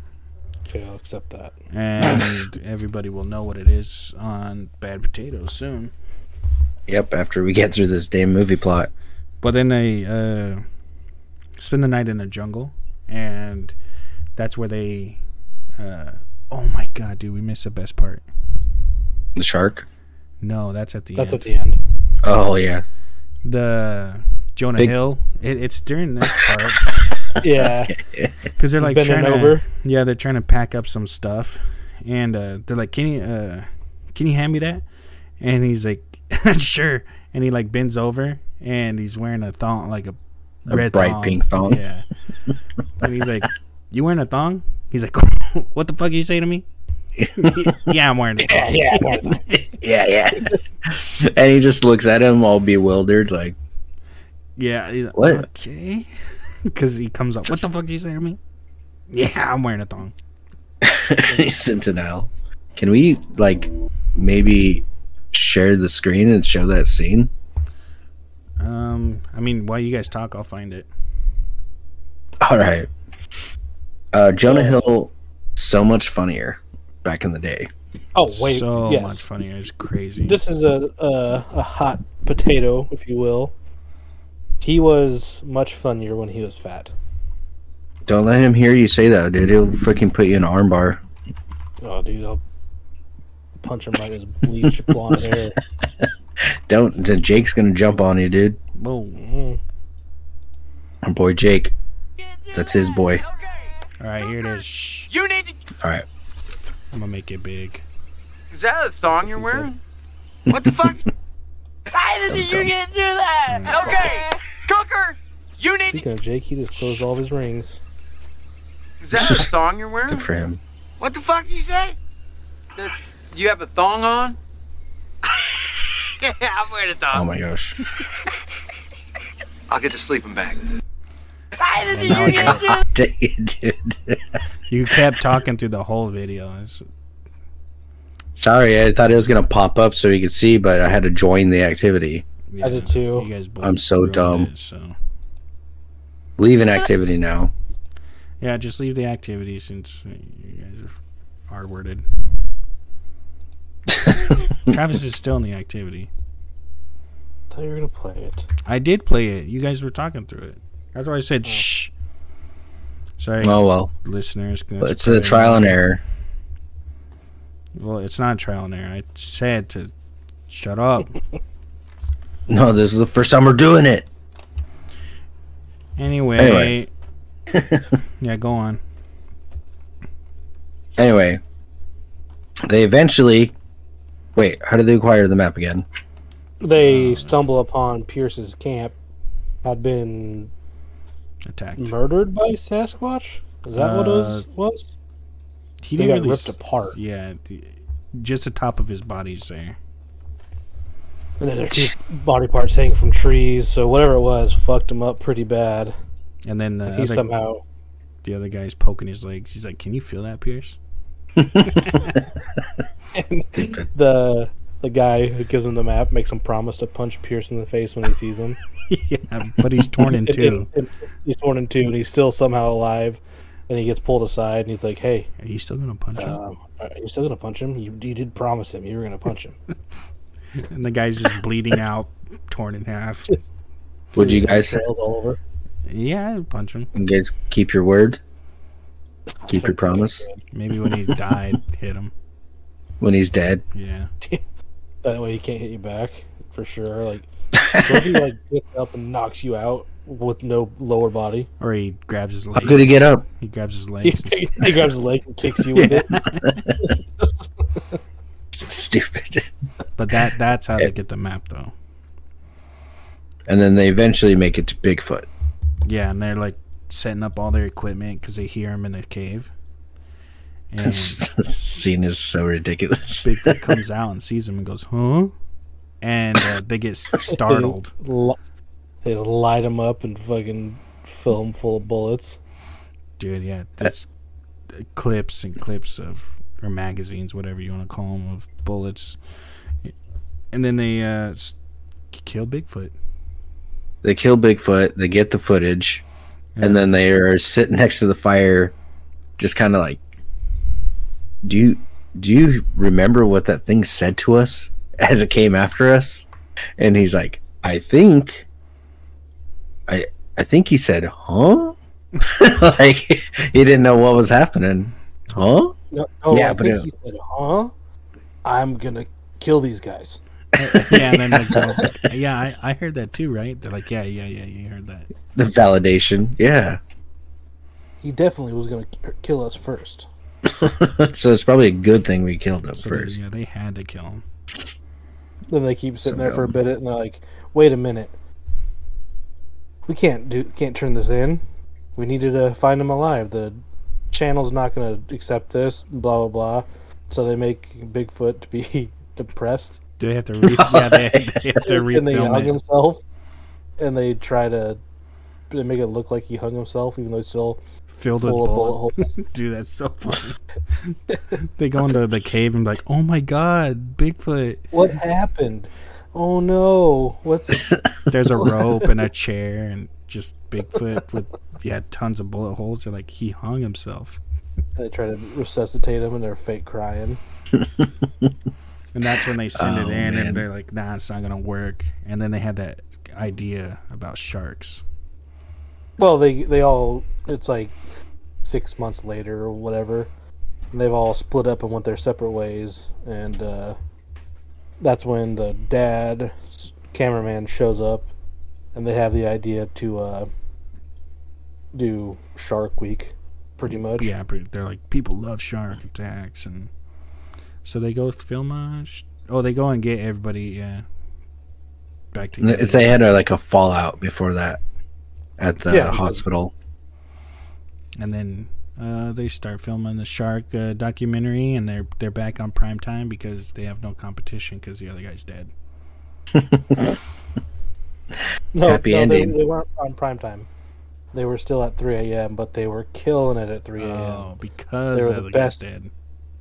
[SPEAKER 2] Okay, I'll accept that.
[SPEAKER 3] and everybody will know what it is on Bad Potatoes soon.
[SPEAKER 4] Yep. After we get through this damn movie plot,
[SPEAKER 3] But then they uh, spend the night in the jungle, and that's where they. Uh, oh my god, dude, we missed the best part.
[SPEAKER 4] the shark.
[SPEAKER 3] No, that's at the
[SPEAKER 2] That's
[SPEAKER 3] end.
[SPEAKER 2] at the end.
[SPEAKER 4] Oh yeah.
[SPEAKER 3] the Jonah
[SPEAKER 4] Big-
[SPEAKER 3] Hill. It, it's during this part
[SPEAKER 2] Yeah,
[SPEAKER 3] because they're like
[SPEAKER 2] he's
[SPEAKER 3] trying
[SPEAKER 2] bending
[SPEAKER 3] to.
[SPEAKER 2] over.
[SPEAKER 3] Yeah, they're trying to pack up some stuff, and uh, they're like, "Can you, uh, can you hand me that?" And he's like, "Sure." And he like bends over, and he's wearing a thong, like a,
[SPEAKER 4] A bright pink thong.
[SPEAKER 3] Yeah. and he's like, "You wearing a thong?" He's like, "What the fuck you say to me?" yeah, I'm wearing a thong.
[SPEAKER 2] yeah.
[SPEAKER 4] Yeah, yeah. and he just looks at him all bewildered, like,
[SPEAKER 3] Yeah. he's like,
[SPEAKER 4] What?
[SPEAKER 3] Okay. Because he comes up, "What the fuck you say to me?" Yeah, I'm wearing a thong.
[SPEAKER 4] he's in denial. Can we like maybe share the screen and show that scene?
[SPEAKER 3] Um, I mean, while you guys talk, I'll find it.
[SPEAKER 4] All right. Uh, Jonah Hill, so much funnier back in the day.
[SPEAKER 2] Oh wait,
[SPEAKER 3] so
[SPEAKER 2] yes.
[SPEAKER 3] much funnier. It's crazy.
[SPEAKER 2] This is a, a a hot potato, if you will. He was much funnier when he was fat.
[SPEAKER 4] Don't let him hear you say that, dude. He'll freaking put you in an armbar.
[SPEAKER 2] Oh, dude, I'll punch him right in his bleach blonde hair.
[SPEAKER 4] Don't. Jake's gonna jump on you, dude.
[SPEAKER 3] Whoa.
[SPEAKER 2] Mm.
[SPEAKER 4] Our boy Jake. That's his boy.
[SPEAKER 3] All right, here it is. Shh.
[SPEAKER 5] You need to.
[SPEAKER 4] All right.
[SPEAKER 3] I'm gonna make it big.
[SPEAKER 5] Is that a thong you're wearing? What the fuck? How did you get do that? Okay, Cooker, you need
[SPEAKER 2] Speaking of Jake, he just closed all of his rings.
[SPEAKER 5] to. Is that a thong you're wearing?
[SPEAKER 4] Good for him.
[SPEAKER 5] What the fuck you say? You have a thong on? yeah, I'm wearing a
[SPEAKER 4] Oh
[SPEAKER 5] thong.
[SPEAKER 4] my gosh.
[SPEAKER 6] I'll get the sleeping bag.
[SPEAKER 5] How did
[SPEAKER 3] Now I
[SPEAKER 5] you get do that?
[SPEAKER 4] Dang it, dude.
[SPEAKER 3] You kept talking through the whole video. It's-
[SPEAKER 4] Sorry, I thought it was gonna pop up so you could see, but I had to join the activity.
[SPEAKER 3] yeah,
[SPEAKER 2] did too.
[SPEAKER 3] You guys both
[SPEAKER 4] I'm so
[SPEAKER 3] ruined
[SPEAKER 4] dumb.
[SPEAKER 3] it, so
[SPEAKER 4] Leave an activity now.
[SPEAKER 3] yeah, just leave the activity since you guys are R worded. Travis is still in the activity.
[SPEAKER 2] thought you were gonna play it.
[SPEAKER 3] I did play it. You guys were talking through it. That's why I
[SPEAKER 2] Oh.
[SPEAKER 3] said shh. Sorry,
[SPEAKER 4] Oh well.
[SPEAKER 3] listeners.
[SPEAKER 4] But
[SPEAKER 3] that's
[SPEAKER 4] it's a
[SPEAKER 3] probably-
[SPEAKER 4] trial and error.
[SPEAKER 3] Well, it's not trial and error. I said to shut up.
[SPEAKER 4] No, this is the first time we're doing it.
[SPEAKER 3] Anyway,
[SPEAKER 4] Anyway.
[SPEAKER 3] yeah, go on.
[SPEAKER 4] Anyway, they eventually. Wait, how did they acquire the map again?
[SPEAKER 2] They stumble upon Pierce's camp had been
[SPEAKER 3] Attacked.
[SPEAKER 2] murdered by Sasquatch. Is that what it was? was?
[SPEAKER 3] He
[SPEAKER 2] They
[SPEAKER 3] didn't
[SPEAKER 2] got
[SPEAKER 3] really
[SPEAKER 2] ripped
[SPEAKER 3] s-
[SPEAKER 2] apart.
[SPEAKER 3] Yeah, the- just the top of his body's there.
[SPEAKER 2] And then there's just body parts hanging from trees, so whatever it was fucked him up pretty bad.
[SPEAKER 3] And then the
[SPEAKER 2] he
[SPEAKER 3] other,
[SPEAKER 2] somehow
[SPEAKER 3] the other guy's poking his legs. He's like, "Can you feel that, Pierce?"
[SPEAKER 2] the the guy who gives him the map makes him promise to punch Pierce in the face when he sees him.
[SPEAKER 3] yeah, Uh, but he's torn in
[SPEAKER 2] And-
[SPEAKER 3] two.
[SPEAKER 2] and- and he's torn in two, and he's still somehow alive. And he gets pulled aside, and he's like, "Hey,
[SPEAKER 3] Are you still gonna punch him?
[SPEAKER 2] um, are you still gonna punch him? You, you did promise him you were gonna punch him."
[SPEAKER 3] And the guy's just bleeding out, torn in half.
[SPEAKER 4] Would you guys
[SPEAKER 2] trails all over?
[SPEAKER 3] Yeah, I'd punch him.
[SPEAKER 4] you guys keep your word? Keep your promise
[SPEAKER 3] Maybe when he died, hit him.
[SPEAKER 4] when he's dead.
[SPEAKER 3] Yeah.
[SPEAKER 2] That way he can't hit you back for sure. Like, what if he like gets up and knocks you out with no lower body?
[SPEAKER 3] Or he grabs his legs.
[SPEAKER 4] How could he get up?
[SPEAKER 3] He grabs his
[SPEAKER 2] He,
[SPEAKER 3] legs. and-
[SPEAKER 2] he grabs his leg and kicks you with it.
[SPEAKER 4] Stupid.
[SPEAKER 3] but that that's how they get the map, though.
[SPEAKER 4] And then they eventually make it to Bigfoot.
[SPEAKER 3] Yeah, and they're like setting up all their equipment because they hear him in the cave.
[SPEAKER 4] This
[SPEAKER 3] And
[SPEAKER 4] scene is so ridiculous.
[SPEAKER 3] Bigfoot comes out and sees him and goes, "Huh?" And uh, they get startled.
[SPEAKER 2] Li- They just light him up and fucking fill him full of bullets.
[SPEAKER 3] Dude, yeah, that's clips and clips of or magazines, whatever you want to call them, of bullets. And then they uh, s- kill Bigfoot.
[SPEAKER 4] They kill Bigfoot. They get the footage, and then they are sitting next to the fire, just kind of like, "Do you do you remember what that thing said to us as it came after us?" And he's like, "I think, I I think he said, huh?" like he didn't know what was happening, huh?
[SPEAKER 2] No, no
[SPEAKER 4] Yeah,
[SPEAKER 2] I
[SPEAKER 4] but
[SPEAKER 2] think
[SPEAKER 4] it-
[SPEAKER 2] he said, "Huh? I'm gonna kill these guys."
[SPEAKER 3] yeah, and then the girl's like, "Yeah, I, I heard that too, right?" They're like, "Yeah, yeah, yeah, you heard that."
[SPEAKER 4] The validation, yeah.
[SPEAKER 2] He definitely was gonna k- kill us first.
[SPEAKER 4] so it's probably a good thing we killed him
[SPEAKER 3] So they-
[SPEAKER 4] first.
[SPEAKER 3] yeah, they had to kill him.
[SPEAKER 2] Then they keep sitting
[SPEAKER 4] So
[SPEAKER 2] there for a bit, and they're like, "Wait a minute, we can't do, can't turn this in. We needed to find him alive. The channel's not gonna accept this. Blah blah blah." So they make Bigfoot to be depressed,
[SPEAKER 3] Do they have to? Re- yeah, they, they have to
[SPEAKER 2] and they hung
[SPEAKER 3] refilm it.
[SPEAKER 2] himself, and they try to they make it look like he hung himself, even though he's still
[SPEAKER 3] Filled with
[SPEAKER 2] full of bullet
[SPEAKER 3] bullet.
[SPEAKER 2] holes.
[SPEAKER 3] Dude, that's so funny. they go into the cave and be like, "Oh my god, Bigfoot!"
[SPEAKER 2] What happened? Oh no! What's
[SPEAKER 3] There's a rope and a chair and just Bigfoot with yeah, tons of bullet holes. They're like, he hung himself.
[SPEAKER 2] they try to resuscitate him, and they're fake crying.
[SPEAKER 3] And that's when they send it
[SPEAKER 4] Oh,
[SPEAKER 3] in,
[SPEAKER 4] man.
[SPEAKER 3] and they're like, "Nah, it's not gonna work." And then they had that idea about sharks.
[SPEAKER 2] Well, they they all it's like six months later or whatever, and they've all split up and went their separate ways, and uh, that's when the dad s- cameraman shows up, and they have the idea to uh, do Shark Week, pretty much.
[SPEAKER 3] Yeah, but they're like, people love shark attacks, and so they go film a. Sh- oh, they go and get everybody. Yeah, back together.
[SPEAKER 4] If they had a, like a fallout before that at the
[SPEAKER 2] Yeah.
[SPEAKER 4] hospital.
[SPEAKER 3] and then uh, they start filming the shark uh, documentary, and they're they're back on prime time because they have no competition because the other guy's dead.
[SPEAKER 2] No,
[SPEAKER 4] Happy
[SPEAKER 2] no, they-
[SPEAKER 4] ending.
[SPEAKER 2] They, weren't on prime time. They were still at 3 a.m., but they were killing it at 3 a.m.
[SPEAKER 3] Oh, because
[SPEAKER 2] They were
[SPEAKER 3] the
[SPEAKER 2] the
[SPEAKER 3] other guy's
[SPEAKER 2] best.
[SPEAKER 3] dead.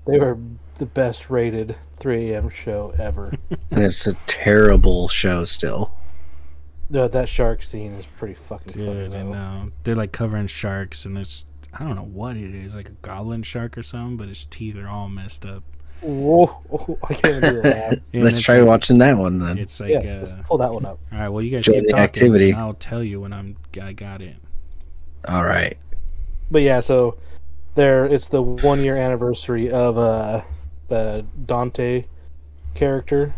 [SPEAKER 2] They were the best rated 3 a.m. show ever.
[SPEAKER 4] And it's a terrible show still.
[SPEAKER 2] no, that shark scene is pretty fucking funny,
[SPEAKER 3] Dude,
[SPEAKER 2] though.
[SPEAKER 3] and uh, they're like covering sharks, and it's I don't know what it is, like a goblin shark or something, but his teeth are all messed up.
[SPEAKER 2] Whoa, I can't even do that.
[SPEAKER 3] And
[SPEAKER 4] Let's
[SPEAKER 3] it's
[SPEAKER 4] try
[SPEAKER 3] like-
[SPEAKER 4] watching that one then.
[SPEAKER 3] It's like,
[SPEAKER 2] yeah,
[SPEAKER 3] uh,
[SPEAKER 2] let's pull that one up.
[SPEAKER 3] all right, well, you guys
[SPEAKER 4] join
[SPEAKER 3] keep
[SPEAKER 4] the
[SPEAKER 3] talking,
[SPEAKER 4] activity.
[SPEAKER 3] and I'll tell you when I'm I got it.
[SPEAKER 4] All right.
[SPEAKER 2] But yeah, so there it's the one year anniversary of uh the Dante character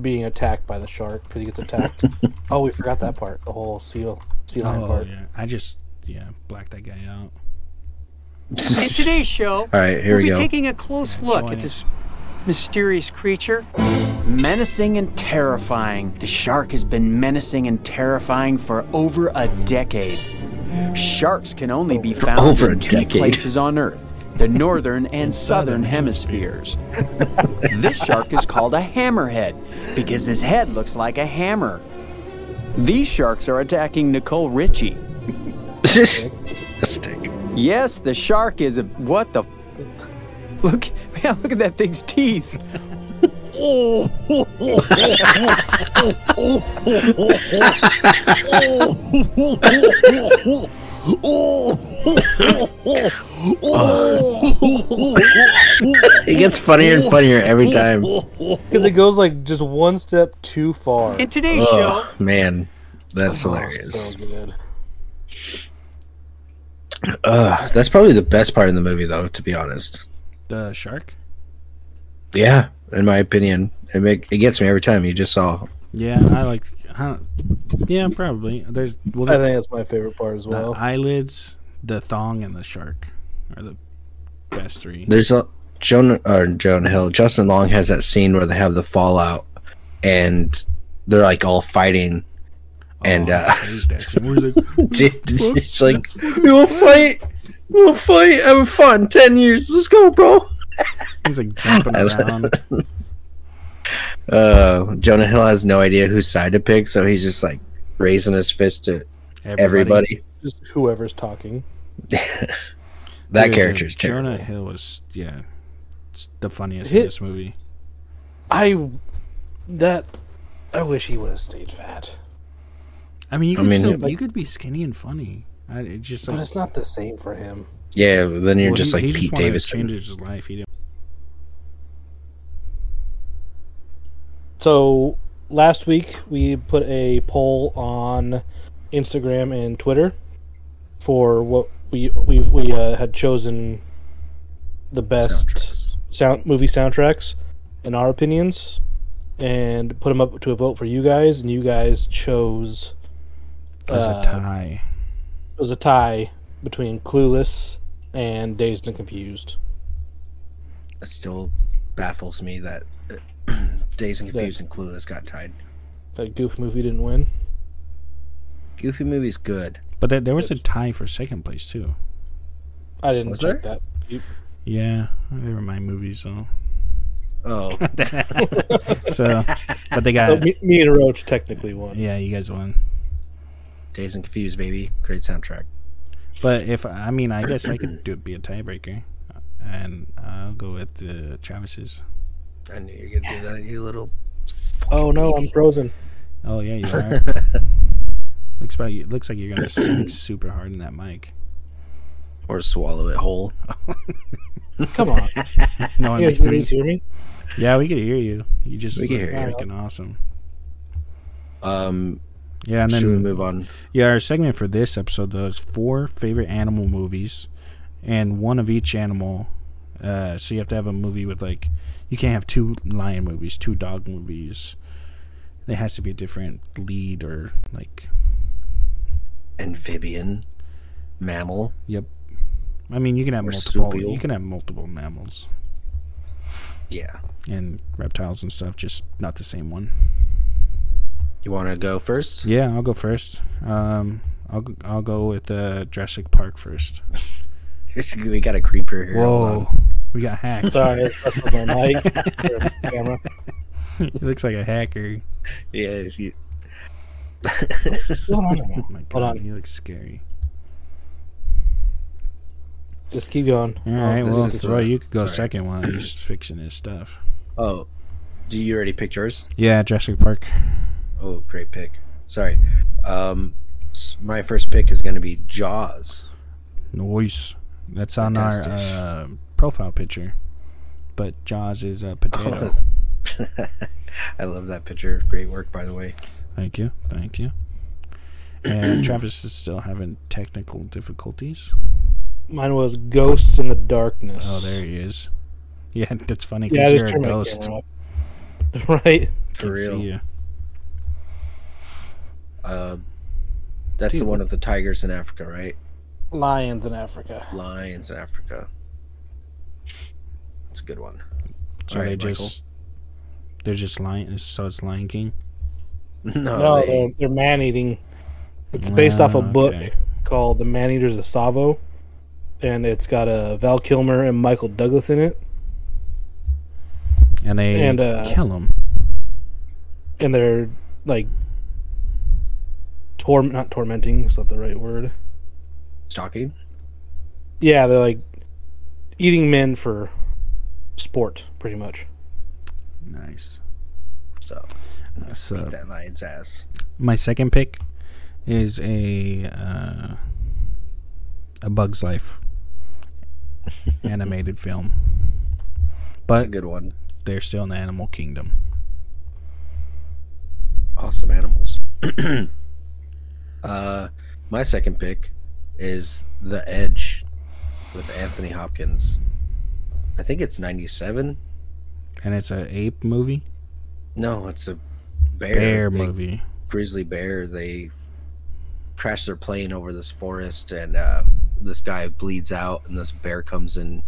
[SPEAKER 2] being attacked by the shark because he gets attacked. oh, we forgot that part. The whole seal sea lion
[SPEAKER 3] Oh
[SPEAKER 2] part.
[SPEAKER 3] yeah, I just yeah blacked that guy out.
[SPEAKER 7] In today's show,
[SPEAKER 4] All right,
[SPEAKER 7] we'll
[SPEAKER 4] here we
[SPEAKER 7] be
[SPEAKER 4] go.
[SPEAKER 7] taking a close look
[SPEAKER 3] join
[SPEAKER 7] at
[SPEAKER 3] it.
[SPEAKER 7] this mysterious creature.
[SPEAKER 8] Menacing and terrifying. The shark has been menacing and terrifying for over a decade. Sharks can only be found
[SPEAKER 4] over a
[SPEAKER 8] in two
[SPEAKER 4] decade.
[SPEAKER 8] places on Earth the northern and southern hemispheres. this shark is called a hammerhead because his head looks like a hammer. These sharks are attacking Nicole Richie.
[SPEAKER 4] a stick.
[SPEAKER 8] Yes, the shark is a. What the? f- Look, man, look at that thing's teeth.
[SPEAKER 4] It gets funnier and funnier every time.
[SPEAKER 2] Because it goes like just one step too far.
[SPEAKER 7] In today's show,
[SPEAKER 4] Oh man, that's
[SPEAKER 2] Oh,
[SPEAKER 4] hilarious.
[SPEAKER 2] so good.
[SPEAKER 4] Ugh, that's probably the best part of the movie, though. To be honest,
[SPEAKER 3] The shark.
[SPEAKER 4] yeah, in my opinion, it make, it gets me every time. You just saw
[SPEAKER 3] Yeah, I like. I don't- yeah, probably. There's well,
[SPEAKER 2] I
[SPEAKER 3] the,
[SPEAKER 2] think that's my favorite part as
[SPEAKER 3] the
[SPEAKER 2] well.
[SPEAKER 3] eyelids, the thong, and the shark are the best three.
[SPEAKER 4] there's a Joan or Joan Hill, Justin Long has that scene where they have the fallout, and they're like all fighting, and
[SPEAKER 3] Oh,
[SPEAKER 4] uh,
[SPEAKER 3] I hate that scene. We're like,
[SPEAKER 4] dude, it's like we will fight, we will fight. I haven't fought in ten years. Let's go, bro.
[SPEAKER 3] he's like jumping
[SPEAKER 4] I don't-
[SPEAKER 3] around.
[SPEAKER 4] Uh, Jonah Hill has no idea whose side to pick, so he's just like raising his fist at everybody.
[SPEAKER 2] Just whoever's talking.
[SPEAKER 4] That
[SPEAKER 3] Dude,
[SPEAKER 4] character is terrible.
[SPEAKER 3] Jonah Hill was yeah, it's the funniest
[SPEAKER 2] Hit-
[SPEAKER 3] in this movie.
[SPEAKER 2] I that I wish he would have stayed fat,
[SPEAKER 3] I mean, you
[SPEAKER 4] I
[SPEAKER 3] could
[SPEAKER 4] mean,
[SPEAKER 3] still,
[SPEAKER 4] it-
[SPEAKER 3] you could be skinny and funny. I it just
[SPEAKER 2] but
[SPEAKER 3] like,
[SPEAKER 2] it's not the same for him.
[SPEAKER 4] Yeah, then you're
[SPEAKER 3] well,
[SPEAKER 4] just
[SPEAKER 3] he-
[SPEAKER 4] like
[SPEAKER 3] he
[SPEAKER 4] Pete
[SPEAKER 3] wanted to
[SPEAKER 4] Davis.
[SPEAKER 3] Change his life. He didn't.
[SPEAKER 2] So last week we put a poll on Instagram and Twitter for what we we we uh, had chosen the best sound movie soundtracks in our opinions and put them up to a vote for you guys and you guys chose
[SPEAKER 3] It was
[SPEAKER 2] Uh,
[SPEAKER 3] a tie.
[SPEAKER 2] it was a tie between Clueless and Dazed and Confused.
[SPEAKER 4] It still baffles me that uh, Days and Confused and Clueless got tied.
[SPEAKER 2] That goof movie didn't win.
[SPEAKER 4] Goofy movie's good.
[SPEAKER 3] But there, there was a tie for second place too.
[SPEAKER 2] I didn't
[SPEAKER 4] Was
[SPEAKER 2] check that.
[SPEAKER 3] Yeah, they were my movies though.
[SPEAKER 4] Oh,
[SPEAKER 3] So, but they
[SPEAKER 2] So
[SPEAKER 3] got
[SPEAKER 2] Oh, me, me and Roach technically won.
[SPEAKER 3] yeah. You guys won.
[SPEAKER 4] Days and Confused, baby. Great soundtrack.
[SPEAKER 3] But if I mean, I guess I could do be a tiebreaker, and I'll go with uh, Travis's.
[SPEAKER 4] I knew you were gonna do that, you little.
[SPEAKER 2] Oh no, I'm frozen.
[SPEAKER 3] Oh yeah, you are. looks about you. Looks like you're gonna sing super hard in that mic.
[SPEAKER 4] Or swallow it whole.
[SPEAKER 2] Come on.
[SPEAKER 3] No,
[SPEAKER 2] You guys
[SPEAKER 3] I'm-
[SPEAKER 2] didn't hear me?
[SPEAKER 3] yeah, we could hear you. You just
[SPEAKER 4] We
[SPEAKER 3] we
[SPEAKER 4] can
[SPEAKER 3] hear
[SPEAKER 4] hear you.
[SPEAKER 3] freaking awesome.
[SPEAKER 4] Um,
[SPEAKER 3] Yeah, and
[SPEAKER 4] should we
[SPEAKER 3] then
[SPEAKER 4] move on?
[SPEAKER 3] yeah, our segment for this episode though is four favorite animal movies, and one of each animal. Uh, so you have to have a movie with like, you can't have two lion movies, two dog movies. It has to be a different lead or like
[SPEAKER 4] Amphibian, mammal.
[SPEAKER 3] Yep. I mean, you can have
[SPEAKER 4] Or
[SPEAKER 3] multiple.
[SPEAKER 4] subial.
[SPEAKER 3] You can have multiple mammals
[SPEAKER 4] Yeah.
[SPEAKER 3] and reptiles and stuff, just not the same one.
[SPEAKER 4] You want to go first?
[SPEAKER 3] Yeah, I'll go first. Um, I'll g- I'll go with uh, Jurassic Park first.
[SPEAKER 4] we got a creeper here. hold on.
[SPEAKER 3] we got hacked.
[SPEAKER 2] Sorry, that's that's with my mic. or camera.
[SPEAKER 3] he looks like a hacker.
[SPEAKER 4] Yeah. it's you-
[SPEAKER 2] Hold on.
[SPEAKER 3] Oh my god,
[SPEAKER 2] on.
[SPEAKER 3] he looks scary.
[SPEAKER 2] Just keep going.
[SPEAKER 3] All right,
[SPEAKER 4] Oh, this
[SPEAKER 3] well,
[SPEAKER 4] is
[SPEAKER 3] Roy,
[SPEAKER 4] the-
[SPEAKER 3] you could go
[SPEAKER 4] sorry.
[SPEAKER 3] second while he's fixing his stuff.
[SPEAKER 4] Oh, do you already pick yours?
[SPEAKER 3] Yeah, Jurassic Park.
[SPEAKER 4] Oh, great pick. Sorry. Um, s- my first pick is going to be Jaws.
[SPEAKER 3] Noise. That's on
[SPEAKER 4] Fantastic.
[SPEAKER 3] our uh, profile picture. But Jaws is a
[SPEAKER 4] Oh,
[SPEAKER 3] potato.
[SPEAKER 4] I love that picture. Great work, by the way.
[SPEAKER 3] Thank you. Thank you. And Travis is still having technical difficulties.
[SPEAKER 2] Mine was Ghosts in the Darkness.
[SPEAKER 3] Oh, there he is. Yeah, that's funny
[SPEAKER 2] Yeah, I
[SPEAKER 3] because
[SPEAKER 2] just
[SPEAKER 3] you're a
[SPEAKER 2] turned my
[SPEAKER 3] ghost.
[SPEAKER 2] camera off. Right?
[SPEAKER 4] For
[SPEAKER 3] Can't see
[SPEAKER 4] real.
[SPEAKER 3] you.
[SPEAKER 4] Uh, that's the
[SPEAKER 2] Dude,
[SPEAKER 4] one with the tigers in Africa, right?
[SPEAKER 2] Lions in Africa.
[SPEAKER 4] Lions in Africa. It's a good one.
[SPEAKER 3] So
[SPEAKER 4] All
[SPEAKER 3] they
[SPEAKER 4] right, Michael.
[SPEAKER 3] just they're just lion. So it's Lion King.
[SPEAKER 4] No,
[SPEAKER 2] no,
[SPEAKER 4] they-
[SPEAKER 2] they're,
[SPEAKER 3] um,
[SPEAKER 2] they're man eating. It's based off a
[SPEAKER 3] Ah,
[SPEAKER 2] book
[SPEAKER 3] okay.
[SPEAKER 2] called The Man Eaters of Savo, and it's got uh, Val Kilmer and Michael Douglas in it.
[SPEAKER 3] And they
[SPEAKER 2] And, uh,
[SPEAKER 3] kill him.
[SPEAKER 2] and they're like torm not tormenting is not the right word
[SPEAKER 4] stalking.
[SPEAKER 2] yeah they're like eating men for sport pretty much
[SPEAKER 3] Nice.
[SPEAKER 4] So,
[SPEAKER 3] So
[SPEAKER 4] beat that lion's ass.
[SPEAKER 3] my second pick is a uh, a Bug's Life animated film,
[SPEAKER 4] That's a
[SPEAKER 3] but
[SPEAKER 4] good one.
[SPEAKER 3] they're still in the animal kingdom.
[SPEAKER 4] Awesome animals. uh, my second pick is The Edge with Anthony Hopkins. I think it's 97.
[SPEAKER 3] And it's a ape movie,
[SPEAKER 4] No, it's a bear.
[SPEAKER 3] bear
[SPEAKER 4] They-
[SPEAKER 3] movie.
[SPEAKER 4] grizzly bear. They crash their plane over this forest, and uh, this guy bleeds out, and this bear comes and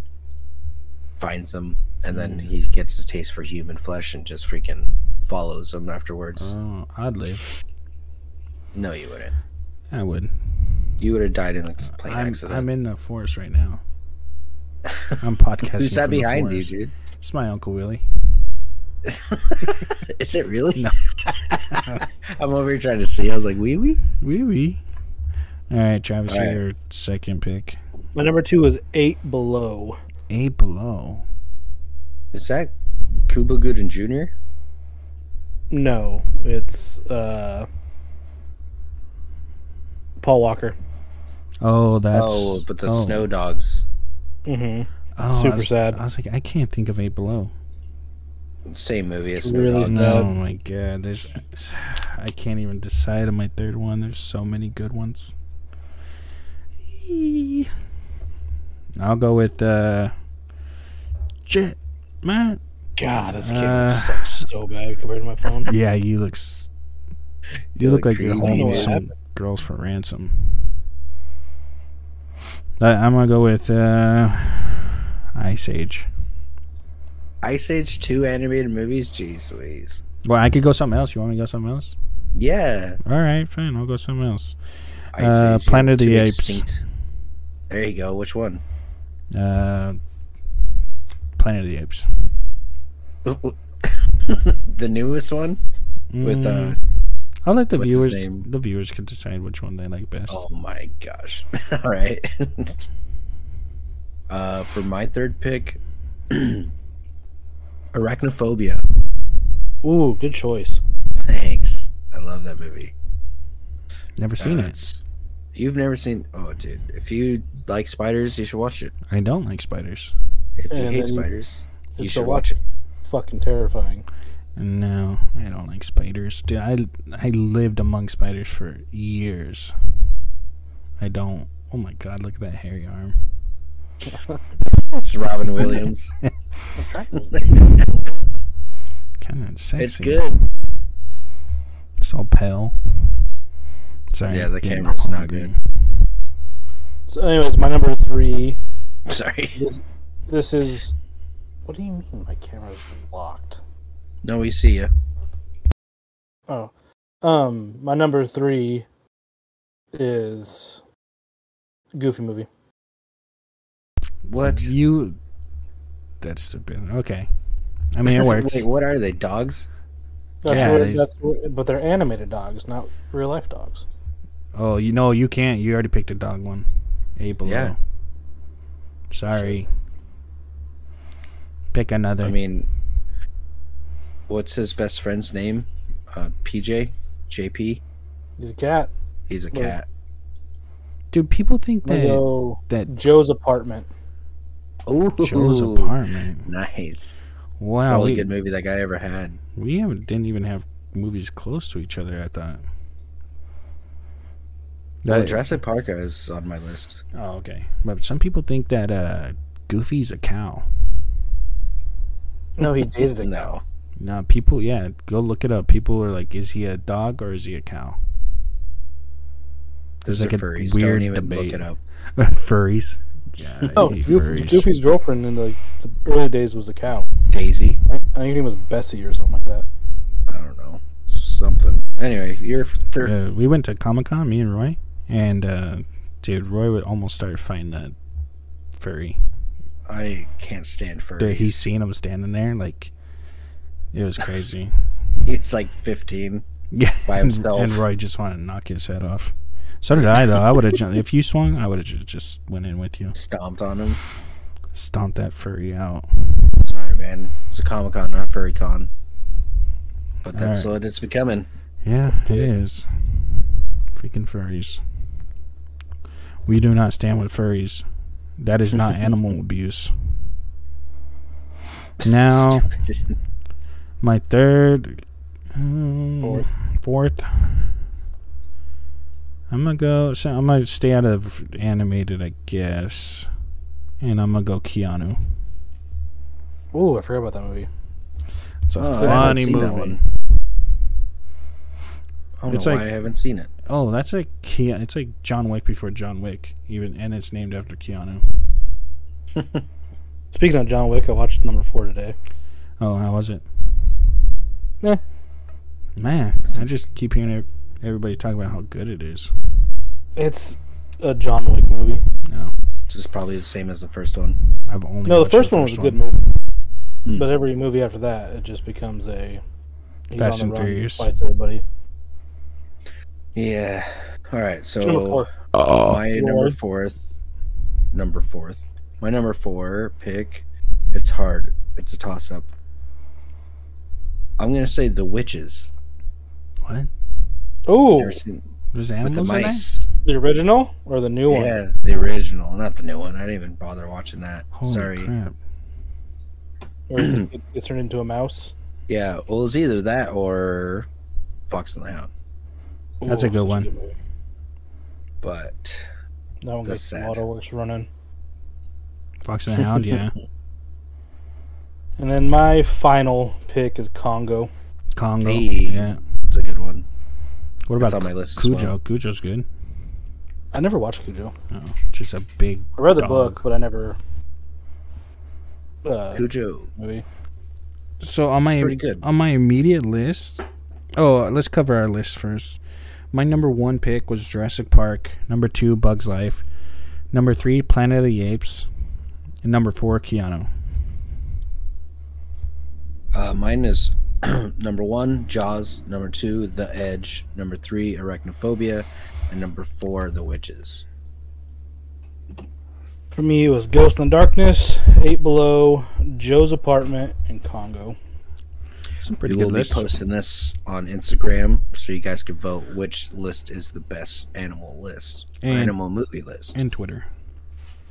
[SPEAKER 4] finds him, and then he gets his taste for human flesh and just freaking follows him afterwards.
[SPEAKER 3] Oh, I'd live.
[SPEAKER 4] no, you wouldn't.
[SPEAKER 3] I would.
[SPEAKER 4] You would have died in the plane
[SPEAKER 3] I'm,
[SPEAKER 4] accident.
[SPEAKER 3] I'm in the forest right now. I'm podcasting.
[SPEAKER 4] Who's that
[SPEAKER 3] from the
[SPEAKER 4] behind you,
[SPEAKER 3] forest.
[SPEAKER 4] dude?
[SPEAKER 3] It's my uncle Willie.
[SPEAKER 4] Is it really? No. I'm over here trying to see. I was like, wee wee.
[SPEAKER 3] Wee wee. All right, Travis,
[SPEAKER 4] All right.
[SPEAKER 3] your second pick.
[SPEAKER 2] my number two was eight below
[SPEAKER 3] Eight below.
[SPEAKER 4] Is that Cuba Gooden Jr.?
[SPEAKER 2] no it's uh paul walker
[SPEAKER 3] Oh, that's
[SPEAKER 4] Oh, but the
[SPEAKER 3] oh.
[SPEAKER 4] snow dogs.
[SPEAKER 2] mm-hmm
[SPEAKER 3] Oh, I
[SPEAKER 2] super
[SPEAKER 3] was-
[SPEAKER 2] sad.
[SPEAKER 3] I was like, I can't think of eight below.
[SPEAKER 4] Same movie as
[SPEAKER 2] It's
[SPEAKER 4] Snow
[SPEAKER 2] really
[SPEAKER 4] Dogs.
[SPEAKER 2] No.
[SPEAKER 3] Oh my god, there's. I can't even decide on my third one. There's so many good ones. Eee. I'll go with uh. Jet, man.
[SPEAKER 2] god this
[SPEAKER 3] Uh,
[SPEAKER 2] camera sucks so bad compared to my phone
[SPEAKER 3] Yeah, you look. s- You,
[SPEAKER 4] You
[SPEAKER 3] look,
[SPEAKER 4] look
[SPEAKER 3] like you're
[SPEAKER 4] creepy,
[SPEAKER 3] holding
[SPEAKER 2] dude.
[SPEAKER 3] some girls for ransom. I, I'm gonna go with uh, Ice Age.
[SPEAKER 4] Ice Age 2 animated movies? Jeez Louise.
[SPEAKER 3] Well, I could go something else. You want me to go something else?
[SPEAKER 4] Yeah.
[SPEAKER 3] All right, fine. I'll go something else.
[SPEAKER 4] Ice
[SPEAKER 3] Uh,
[SPEAKER 4] you
[SPEAKER 3] Planet of
[SPEAKER 4] two
[SPEAKER 3] the Apes.
[SPEAKER 4] There you go. Which one?
[SPEAKER 3] Uh, Planet of the Apes.
[SPEAKER 4] the newest one? With, uh,
[SPEAKER 3] Mm, I'll let the
[SPEAKER 4] what's his
[SPEAKER 3] viewers
[SPEAKER 4] name?
[SPEAKER 3] the viewers can decide which one they like best.
[SPEAKER 4] oh my gosh. All right. uh, for my third pick, Arachnophobia.
[SPEAKER 2] ooh good choice
[SPEAKER 4] Thanks. I love that movie.
[SPEAKER 3] Never seen
[SPEAKER 4] Uh,
[SPEAKER 3] it.
[SPEAKER 4] it's- You've never seen. Oh, dude. If you like spiders, you should watch it.
[SPEAKER 3] I don't like spiders.
[SPEAKER 4] If you
[SPEAKER 2] And
[SPEAKER 4] hate
[SPEAKER 2] then you-
[SPEAKER 4] spiders, you
[SPEAKER 2] it's a
[SPEAKER 4] should
[SPEAKER 2] wa-
[SPEAKER 4] watch it.
[SPEAKER 2] Fucking terrifying.
[SPEAKER 3] No, I don't like spiders. Dude, I I lived among spiders for years. I don't. Oh my god, look at that hairy arm.
[SPEAKER 4] It's Robin Williams.
[SPEAKER 3] Kind of sexy.
[SPEAKER 4] it's good.
[SPEAKER 3] It's all pale. Sorry.
[SPEAKER 4] Yeah, the
[SPEAKER 3] getting
[SPEAKER 4] camera's not
[SPEAKER 3] hungry.
[SPEAKER 4] good.
[SPEAKER 2] So, anyways, my number three.
[SPEAKER 4] Sorry.
[SPEAKER 2] This is. What do you mean my camera's locked?
[SPEAKER 4] No, we see you.
[SPEAKER 2] Oh. Um, my number three is Goofy movie.
[SPEAKER 4] What?
[SPEAKER 3] You. That's stupid. Okay. I mean, it works.
[SPEAKER 4] Wait, what are they? Dogs?
[SPEAKER 2] That's
[SPEAKER 3] Yeah,
[SPEAKER 2] where,
[SPEAKER 3] these-
[SPEAKER 2] that's where, but they're animated dogs, not real life dogs.
[SPEAKER 3] Oh, you know you can't. You already picked a dog one. Eight below.
[SPEAKER 4] Yeah.
[SPEAKER 3] Sorry. Pick another.
[SPEAKER 4] I mean, what's his best friend's name? Uh, PJ? JP?
[SPEAKER 2] He's a cat.
[SPEAKER 4] He's a
[SPEAKER 2] Well,
[SPEAKER 4] cat.
[SPEAKER 3] Dude, people think
[SPEAKER 2] I'm gonna
[SPEAKER 3] that
[SPEAKER 2] go
[SPEAKER 3] that
[SPEAKER 2] Joe's apartment.
[SPEAKER 4] Ooh,
[SPEAKER 3] Joe's apartment.
[SPEAKER 4] Nice.
[SPEAKER 3] Wow,
[SPEAKER 4] Probably
[SPEAKER 3] we,
[SPEAKER 4] good movie that guy ever had.
[SPEAKER 3] we haven't didn't even have movies close to each other. I thought.
[SPEAKER 4] No,
[SPEAKER 3] That-
[SPEAKER 4] Oh, Jurassic Park is on my list.
[SPEAKER 3] oh, okay. But some people think that uh, Goofy's a cow.
[SPEAKER 2] No, he dated a
[SPEAKER 4] No.
[SPEAKER 3] Nah, people. Yeah, go look it up. People are like, is he a dog or is he a cow? There's
[SPEAKER 4] Those
[SPEAKER 3] like
[SPEAKER 4] are
[SPEAKER 3] a
[SPEAKER 4] furries.
[SPEAKER 3] weird
[SPEAKER 4] Don't even
[SPEAKER 3] debate.
[SPEAKER 4] look it up.
[SPEAKER 3] furries. Yeah, I
[SPEAKER 2] Oh,
[SPEAKER 3] hate
[SPEAKER 2] Goofy,
[SPEAKER 3] furries.
[SPEAKER 2] Goofy's girlfriend in the, the early days was a cow.
[SPEAKER 4] Daisy?
[SPEAKER 2] I I think her name was Bessie or something like that.
[SPEAKER 4] I don't know. Something. Anyway, you're third.
[SPEAKER 3] Uh, we went to Comic Con, me and Roy, and uh, dude, Roy would almost start fighting that furry.
[SPEAKER 4] I can't stand furries.
[SPEAKER 3] Dude, he's seen him standing there, like it was crazy.
[SPEAKER 4] He's like 15.
[SPEAKER 3] yeah,
[SPEAKER 4] By
[SPEAKER 3] and-
[SPEAKER 4] himself.
[SPEAKER 3] And Roy just wanted to knock his head off. So did I, though. I would have jumped if you swung. I would have just, just went in with you,
[SPEAKER 4] Stomped on him.
[SPEAKER 3] stomped that furry out.
[SPEAKER 4] Sorry, man. It's a Comic Con, not Furry Con. But that's
[SPEAKER 3] Alright.
[SPEAKER 4] what it's becoming.
[SPEAKER 3] Yeah, it is. Freaking furries. We do not stand with furries. That is not animal abuse. Now, my third, um,
[SPEAKER 2] Fourth.
[SPEAKER 3] fourth. I'm gonna go. So I'm gonna stay out of animated, I guess, and I'm gonna go Keanu.
[SPEAKER 2] Ooh, I forgot about that movie.
[SPEAKER 3] It's a
[SPEAKER 4] Oh, I haven't
[SPEAKER 3] funny
[SPEAKER 4] seen that
[SPEAKER 3] movie.
[SPEAKER 4] one. I don't
[SPEAKER 3] It's
[SPEAKER 4] know
[SPEAKER 3] like-
[SPEAKER 4] why I haven't seen it.
[SPEAKER 3] Oh, that's like Keanu. It's like John Wick before John Wick, even, and it's named after Keanu.
[SPEAKER 2] Speaking of John Wick, I watched number four today.
[SPEAKER 3] Oh, how was it?
[SPEAKER 2] Meh.
[SPEAKER 3] Man, I just keep hearing ev- everybody talk about how good it is.
[SPEAKER 2] It's a John Wick movie.
[SPEAKER 3] No,
[SPEAKER 4] This is probably the same as the first one.
[SPEAKER 3] I've only
[SPEAKER 2] No, the
[SPEAKER 3] watched
[SPEAKER 2] first one was a good movie.
[SPEAKER 3] Hmm.
[SPEAKER 2] But every movie after that, it just becomes a he's
[SPEAKER 3] Fast
[SPEAKER 2] on
[SPEAKER 3] and
[SPEAKER 2] the run,
[SPEAKER 3] Furious.
[SPEAKER 2] fights everybody.
[SPEAKER 4] Yeah. All right. So
[SPEAKER 2] Number four.
[SPEAKER 1] Oh.
[SPEAKER 4] my number
[SPEAKER 2] Lord.
[SPEAKER 4] fourth, number fourth, my number four pick. It's hard. It's a toss up. I'm gonna say the witches.
[SPEAKER 3] What?
[SPEAKER 2] Ooh,
[SPEAKER 4] Never seen-
[SPEAKER 3] There's
[SPEAKER 4] with the
[SPEAKER 3] animals in it?
[SPEAKER 4] mice.
[SPEAKER 2] the original or the new one?
[SPEAKER 4] Yeah, the original, not the new one. I didn't even bother watching that.
[SPEAKER 3] Holy
[SPEAKER 4] Sorry.
[SPEAKER 3] crap!
[SPEAKER 2] Where it gets- gets turned into a mouse.
[SPEAKER 4] Yeah. Well, it's either that or Fox and the Hound.
[SPEAKER 3] That's a
[SPEAKER 2] Ooh,
[SPEAKER 3] good
[SPEAKER 2] such
[SPEAKER 3] one.
[SPEAKER 2] movie.
[SPEAKER 4] But
[SPEAKER 2] that one
[SPEAKER 4] That's
[SPEAKER 2] gets a
[SPEAKER 4] sad.
[SPEAKER 2] lot of works running.
[SPEAKER 3] Fox and the Hound, yeah.
[SPEAKER 2] And then my final pick is Congo.
[SPEAKER 3] Congo,
[SPEAKER 4] Hey.
[SPEAKER 3] yeah.
[SPEAKER 4] it's a good one.
[SPEAKER 3] What
[SPEAKER 4] It's
[SPEAKER 3] about
[SPEAKER 4] on my
[SPEAKER 3] Cu-
[SPEAKER 4] list as
[SPEAKER 3] Cujo?
[SPEAKER 4] well.
[SPEAKER 3] Cujo's good.
[SPEAKER 2] I never watched Cujo.
[SPEAKER 3] Oh, just a big.
[SPEAKER 2] I read the
[SPEAKER 3] dog.
[SPEAKER 2] book, but I never. Uh,
[SPEAKER 4] Cujo.
[SPEAKER 2] movie.
[SPEAKER 3] So on my
[SPEAKER 4] pretty good.
[SPEAKER 3] on my immediate list, oh, let's cover our list first. My number one pick was Jurassic Park. Number two, Bugs Life. Number three, Planet of the Apes. And number four, Keanu.
[SPEAKER 4] Uh, mine is number one, Jaws. Number two, The Edge. Number three, Arachnophobia. And number four, The Witches.
[SPEAKER 2] For me, it was Ghost in the Darkness, Eight Below, Joe's Apartment, and Congo.
[SPEAKER 3] Some pretty
[SPEAKER 4] We
[SPEAKER 3] good
[SPEAKER 4] will be
[SPEAKER 3] list.
[SPEAKER 4] posting this on Instagram so you guys can vote which list is the best animal list,
[SPEAKER 3] And-
[SPEAKER 4] animal movie list,
[SPEAKER 3] And Twitter.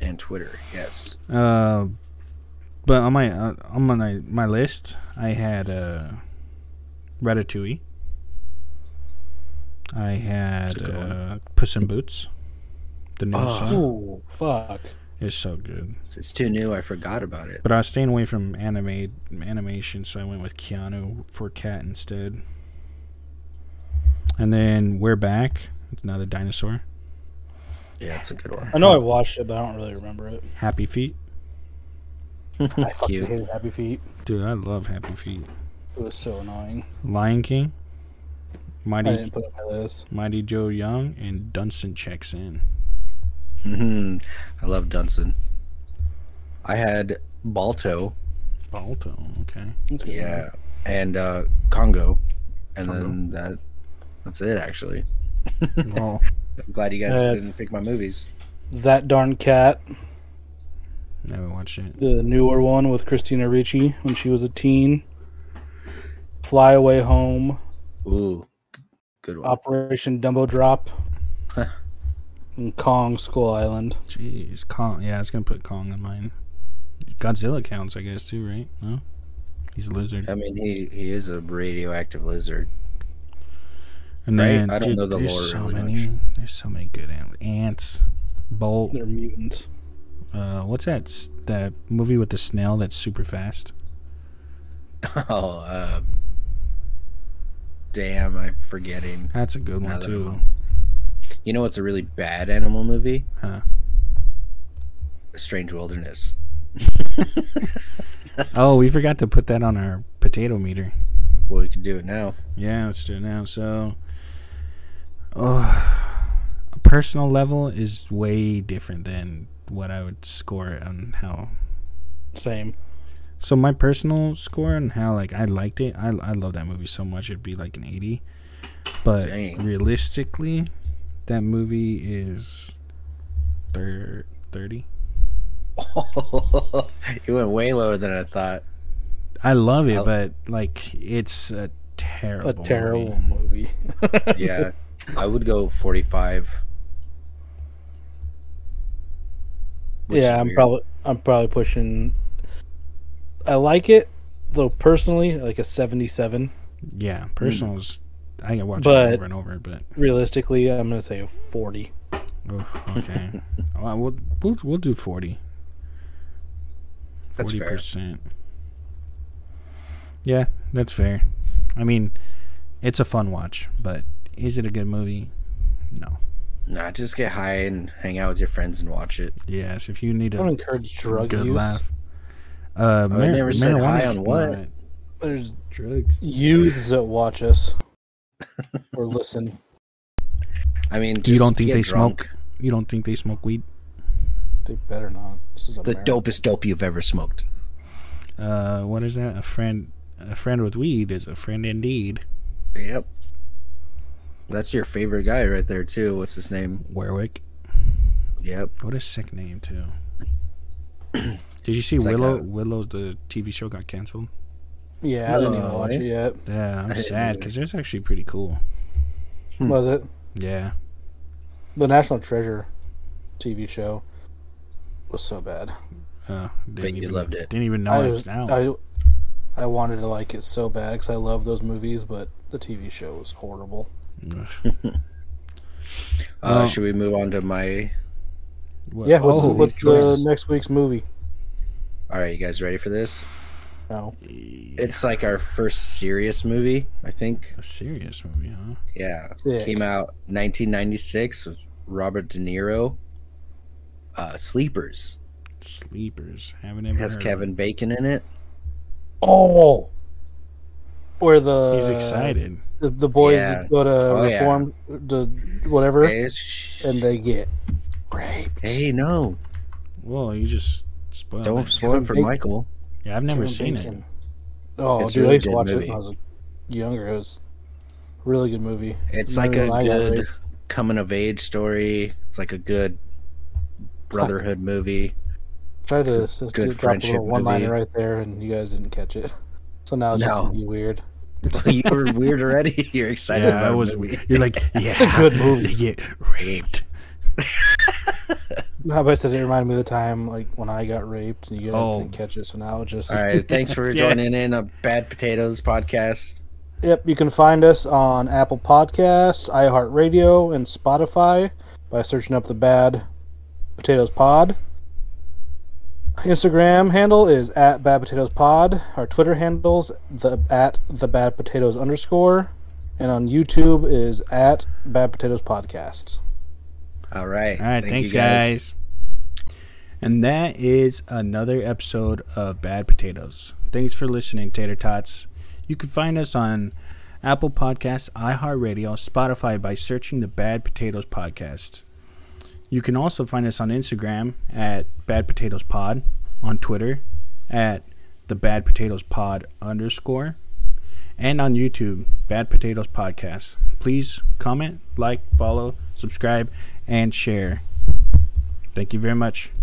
[SPEAKER 4] and Twitter. Yes.
[SPEAKER 3] Uh, But on my uh, on my my list, I had uh, Ratatouille. I had uh, Puss in Boots. The new song
[SPEAKER 2] Ooh, fuck.
[SPEAKER 3] is so good,
[SPEAKER 4] It's too new. I forgot about it.
[SPEAKER 3] but I was staying away from anime animation, so I went with Keanu for Cat instead. And then We're Back. It's another dinosaur.
[SPEAKER 4] Yeah, it's a good one.
[SPEAKER 2] I know I watched it, but I don't really remember it.
[SPEAKER 3] Happy Feet,
[SPEAKER 2] I fucking
[SPEAKER 4] Cute.
[SPEAKER 2] hated Happy Feet.
[SPEAKER 3] dude. I love Happy Feet.
[SPEAKER 2] It was so annoying.
[SPEAKER 3] Lion King.
[SPEAKER 2] I
[SPEAKER 3] Mighty
[SPEAKER 2] didn't put it on my list.
[SPEAKER 3] Mighty Joe Young and Dunstan checks in.
[SPEAKER 4] Mhm. I love Dunson. I had Balto,
[SPEAKER 3] Balto, okay.
[SPEAKER 2] That's good.
[SPEAKER 4] yeah, and uh, Congo, and then that. That's it, actually.
[SPEAKER 3] Well,
[SPEAKER 4] I'm glad you guys
[SPEAKER 2] Uh,
[SPEAKER 4] didn't pick my movies.
[SPEAKER 2] Oh. That darn cat.
[SPEAKER 3] never watched it.
[SPEAKER 2] The newer one with Christina Ricci when she was a teen. Fly Away Home.
[SPEAKER 4] Ooh, g- good one.
[SPEAKER 2] Operation Dumbo Drop. and Kong Skull Island.
[SPEAKER 3] Jeez, Kong. Yeah, I was gonna put Kong in mine. Godzilla counts, I guess, too, right? No, he's a lizard.
[SPEAKER 4] I mean, he he is a radioactive lizard.
[SPEAKER 3] And
[SPEAKER 4] right?
[SPEAKER 3] then,
[SPEAKER 4] I don't
[SPEAKER 3] dude,
[SPEAKER 4] know the
[SPEAKER 3] there's
[SPEAKER 4] lore
[SPEAKER 3] so
[SPEAKER 4] really
[SPEAKER 3] many. There's so many good an- ants. Bolt.
[SPEAKER 2] They're mutants.
[SPEAKER 3] Uh, what's that? s- That movie with the snail that's super fast.
[SPEAKER 4] Oh, uh, damn! I'm forgetting.
[SPEAKER 3] That's a good one
[SPEAKER 4] Another
[SPEAKER 3] too.
[SPEAKER 4] one. You know what's a really bad animal movie?
[SPEAKER 3] Huh.
[SPEAKER 4] Strange Wilderness.
[SPEAKER 3] Oh, we forgot to put that on our potato meter.
[SPEAKER 4] Well, we can do it now.
[SPEAKER 3] Yeah, let's do it now. So, oh, a personal level is way different than what I would score it on how.
[SPEAKER 2] Same.
[SPEAKER 3] So my personal score on how like I liked it, I I love that movie so much. It'd be like an eighty, but
[SPEAKER 4] Dang.
[SPEAKER 3] realistically, that movie is thir- thirty.
[SPEAKER 4] you went way lower than I thought.
[SPEAKER 3] I love it,
[SPEAKER 4] Oh.
[SPEAKER 3] but like it's a terrible.
[SPEAKER 2] A
[SPEAKER 3] movie.
[SPEAKER 2] terrible movie.
[SPEAKER 4] Yeah, I would go 45. Which is
[SPEAKER 2] yeah, I'm
[SPEAKER 4] weird.
[SPEAKER 2] probably I'm probably pushing. I like it, though personally, like a 77.
[SPEAKER 3] Yeah, personals. I can watch
[SPEAKER 2] Mm. But-
[SPEAKER 3] it over and over, but
[SPEAKER 2] Realistically, I'm gonna say a 40.
[SPEAKER 3] Oh, okay. well, we'll, we'll we'll do forty.
[SPEAKER 4] That's fair.
[SPEAKER 3] percent. Yeah, that's fair. I mean, it's a fun watch, but is it a good movie? No.
[SPEAKER 4] Nah, just get high and hang out with your friends and watch it.
[SPEAKER 3] Yes, if you need
[SPEAKER 2] I
[SPEAKER 3] a
[SPEAKER 2] don't encourage drug
[SPEAKER 3] good
[SPEAKER 2] use.
[SPEAKER 3] laugh. Uh,
[SPEAKER 4] I Oh, never said high
[SPEAKER 3] marijuana's
[SPEAKER 4] on what.
[SPEAKER 3] not
[SPEAKER 2] There's
[SPEAKER 3] drugs.
[SPEAKER 2] youths that watch us or listen.
[SPEAKER 4] I mean, just
[SPEAKER 3] You don't think
[SPEAKER 4] get
[SPEAKER 3] they
[SPEAKER 4] drunk.
[SPEAKER 3] smoke? You don't think they smoke weed?
[SPEAKER 2] They better not. This is
[SPEAKER 4] The
[SPEAKER 2] America.
[SPEAKER 4] dopest dope you've ever smoked.
[SPEAKER 3] Uh, what is that? A friend, a friend with weed is a friend indeed.
[SPEAKER 4] Yep. That's your favorite guy right there too. What's his name?
[SPEAKER 3] Warwick,
[SPEAKER 4] Yep.
[SPEAKER 3] what a sick name too. Did you see
[SPEAKER 4] It's like
[SPEAKER 3] Willow?
[SPEAKER 4] a-
[SPEAKER 3] Willow, the TV show got canceled.
[SPEAKER 2] Yeah, I didn't even
[SPEAKER 4] No,
[SPEAKER 2] watch
[SPEAKER 4] eh?
[SPEAKER 2] it yet.
[SPEAKER 3] Yeah, I'm
[SPEAKER 4] didn't
[SPEAKER 3] sad
[SPEAKER 4] either.
[SPEAKER 3] because it's actually pretty cool.
[SPEAKER 2] Was it
[SPEAKER 3] Yeah,
[SPEAKER 2] the National Treasure TV show? Was so bad.
[SPEAKER 3] uh, didn't
[SPEAKER 4] Bet you
[SPEAKER 3] even,
[SPEAKER 4] loved it.
[SPEAKER 3] Didn't even know
[SPEAKER 2] I
[SPEAKER 3] it
[SPEAKER 2] was-
[SPEAKER 3] was out.
[SPEAKER 2] I I wanted to like it so bad because I love those movies, but the TV show was horrible.
[SPEAKER 3] Ugh.
[SPEAKER 4] Uh,
[SPEAKER 3] No.
[SPEAKER 4] Should we move on to my?
[SPEAKER 3] What-
[SPEAKER 2] Yeah, what's,
[SPEAKER 3] oh,
[SPEAKER 2] what's the next week's movie?
[SPEAKER 4] All right, you guys ready for this?
[SPEAKER 2] No,
[SPEAKER 4] It's like our first serious movie, I think.
[SPEAKER 3] a serious movie, huh?
[SPEAKER 4] Yeah,
[SPEAKER 2] Sick.
[SPEAKER 4] came out 1996 with Robert De Niro. Uh, Sleepers
[SPEAKER 3] Sleepers. Haven't ever.
[SPEAKER 4] It has
[SPEAKER 3] heard of
[SPEAKER 4] Kevin Bacon in it.
[SPEAKER 2] Oh, where
[SPEAKER 3] it.
[SPEAKER 2] the
[SPEAKER 3] He's excited.
[SPEAKER 2] The, the boys
[SPEAKER 4] Yeah.
[SPEAKER 2] go to
[SPEAKER 4] Oh, yeah.
[SPEAKER 2] reform the whatever,
[SPEAKER 4] Hey, sh-
[SPEAKER 2] and they get raped.
[SPEAKER 4] hey, no,
[SPEAKER 3] Whoa, you just spoiled.
[SPEAKER 4] don't
[SPEAKER 3] it.
[SPEAKER 4] spoil it for
[SPEAKER 2] Bacon.
[SPEAKER 4] Michael.
[SPEAKER 3] Yeah, I've never
[SPEAKER 2] Kevin
[SPEAKER 3] seen
[SPEAKER 2] Bacon.
[SPEAKER 3] it.
[SPEAKER 2] Oh,
[SPEAKER 4] It's a
[SPEAKER 2] dude, I
[SPEAKER 4] really
[SPEAKER 2] used to
[SPEAKER 4] good
[SPEAKER 2] watch it
[SPEAKER 4] movie.
[SPEAKER 2] when I was like, younger. It was a really good movie.
[SPEAKER 4] It's
[SPEAKER 2] No,
[SPEAKER 4] like a
[SPEAKER 2] I got
[SPEAKER 4] good
[SPEAKER 2] raped.
[SPEAKER 4] coming of age story. It's like a good brotherhood movie.
[SPEAKER 2] Try to
[SPEAKER 4] It's a
[SPEAKER 2] just
[SPEAKER 4] good
[SPEAKER 2] do- drop a
[SPEAKER 4] friendship
[SPEAKER 2] little one liner
[SPEAKER 4] movie.
[SPEAKER 2] right there, and you guys didn't catch it. So now it's just
[SPEAKER 4] No.
[SPEAKER 2] gonna be weird.
[SPEAKER 4] you were weird already. You're excited
[SPEAKER 3] Yeah,
[SPEAKER 4] about
[SPEAKER 3] I
[SPEAKER 4] a
[SPEAKER 3] was.
[SPEAKER 4] movie.
[SPEAKER 3] You're like, yeah,
[SPEAKER 2] It's a good movie.
[SPEAKER 3] They get raped.
[SPEAKER 2] No, but it reminded me of the time like when I got raped and you guys
[SPEAKER 3] Oh.
[SPEAKER 2] didn't catch it, so now it just
[SPEAKER 4] All right. Thanks for joining in a Bad Potatoes podcast.
[SPEAKER 2] Yep, you can find us on Apple Podcasts, iHeartRadio, and Spotify by searching up the Bad Potatoes Pod. Instagram handle is at Bad Potatoes Pod. Our Twitter handles the at the Bad Potatoes underscore, and on YouTube is at Bad Potatoes Podcasts.
[SPEAKER 4] All right.
[SPEAKER 3] All right,
[SPEAKER 4] Thank
[SPEAKER 3] thanks,
[SPEAKER 4] you
[SPEAKER 3] guys. And that is another episode of Bad Potatoes. Thanks for listening, Tater Tots. You can find us on Apple Podcasts, iHeartRadio, Spotify by searching the Bad Potatoes Podcast. You can also find us on Instagram at Bad Potatoes Pod, on Twitter at the Bad Potatoes Pod underscore, and on YouTube, Bad Potatoes Podcast. Please comment, like, follow, subscribe, and share. Thank you very much.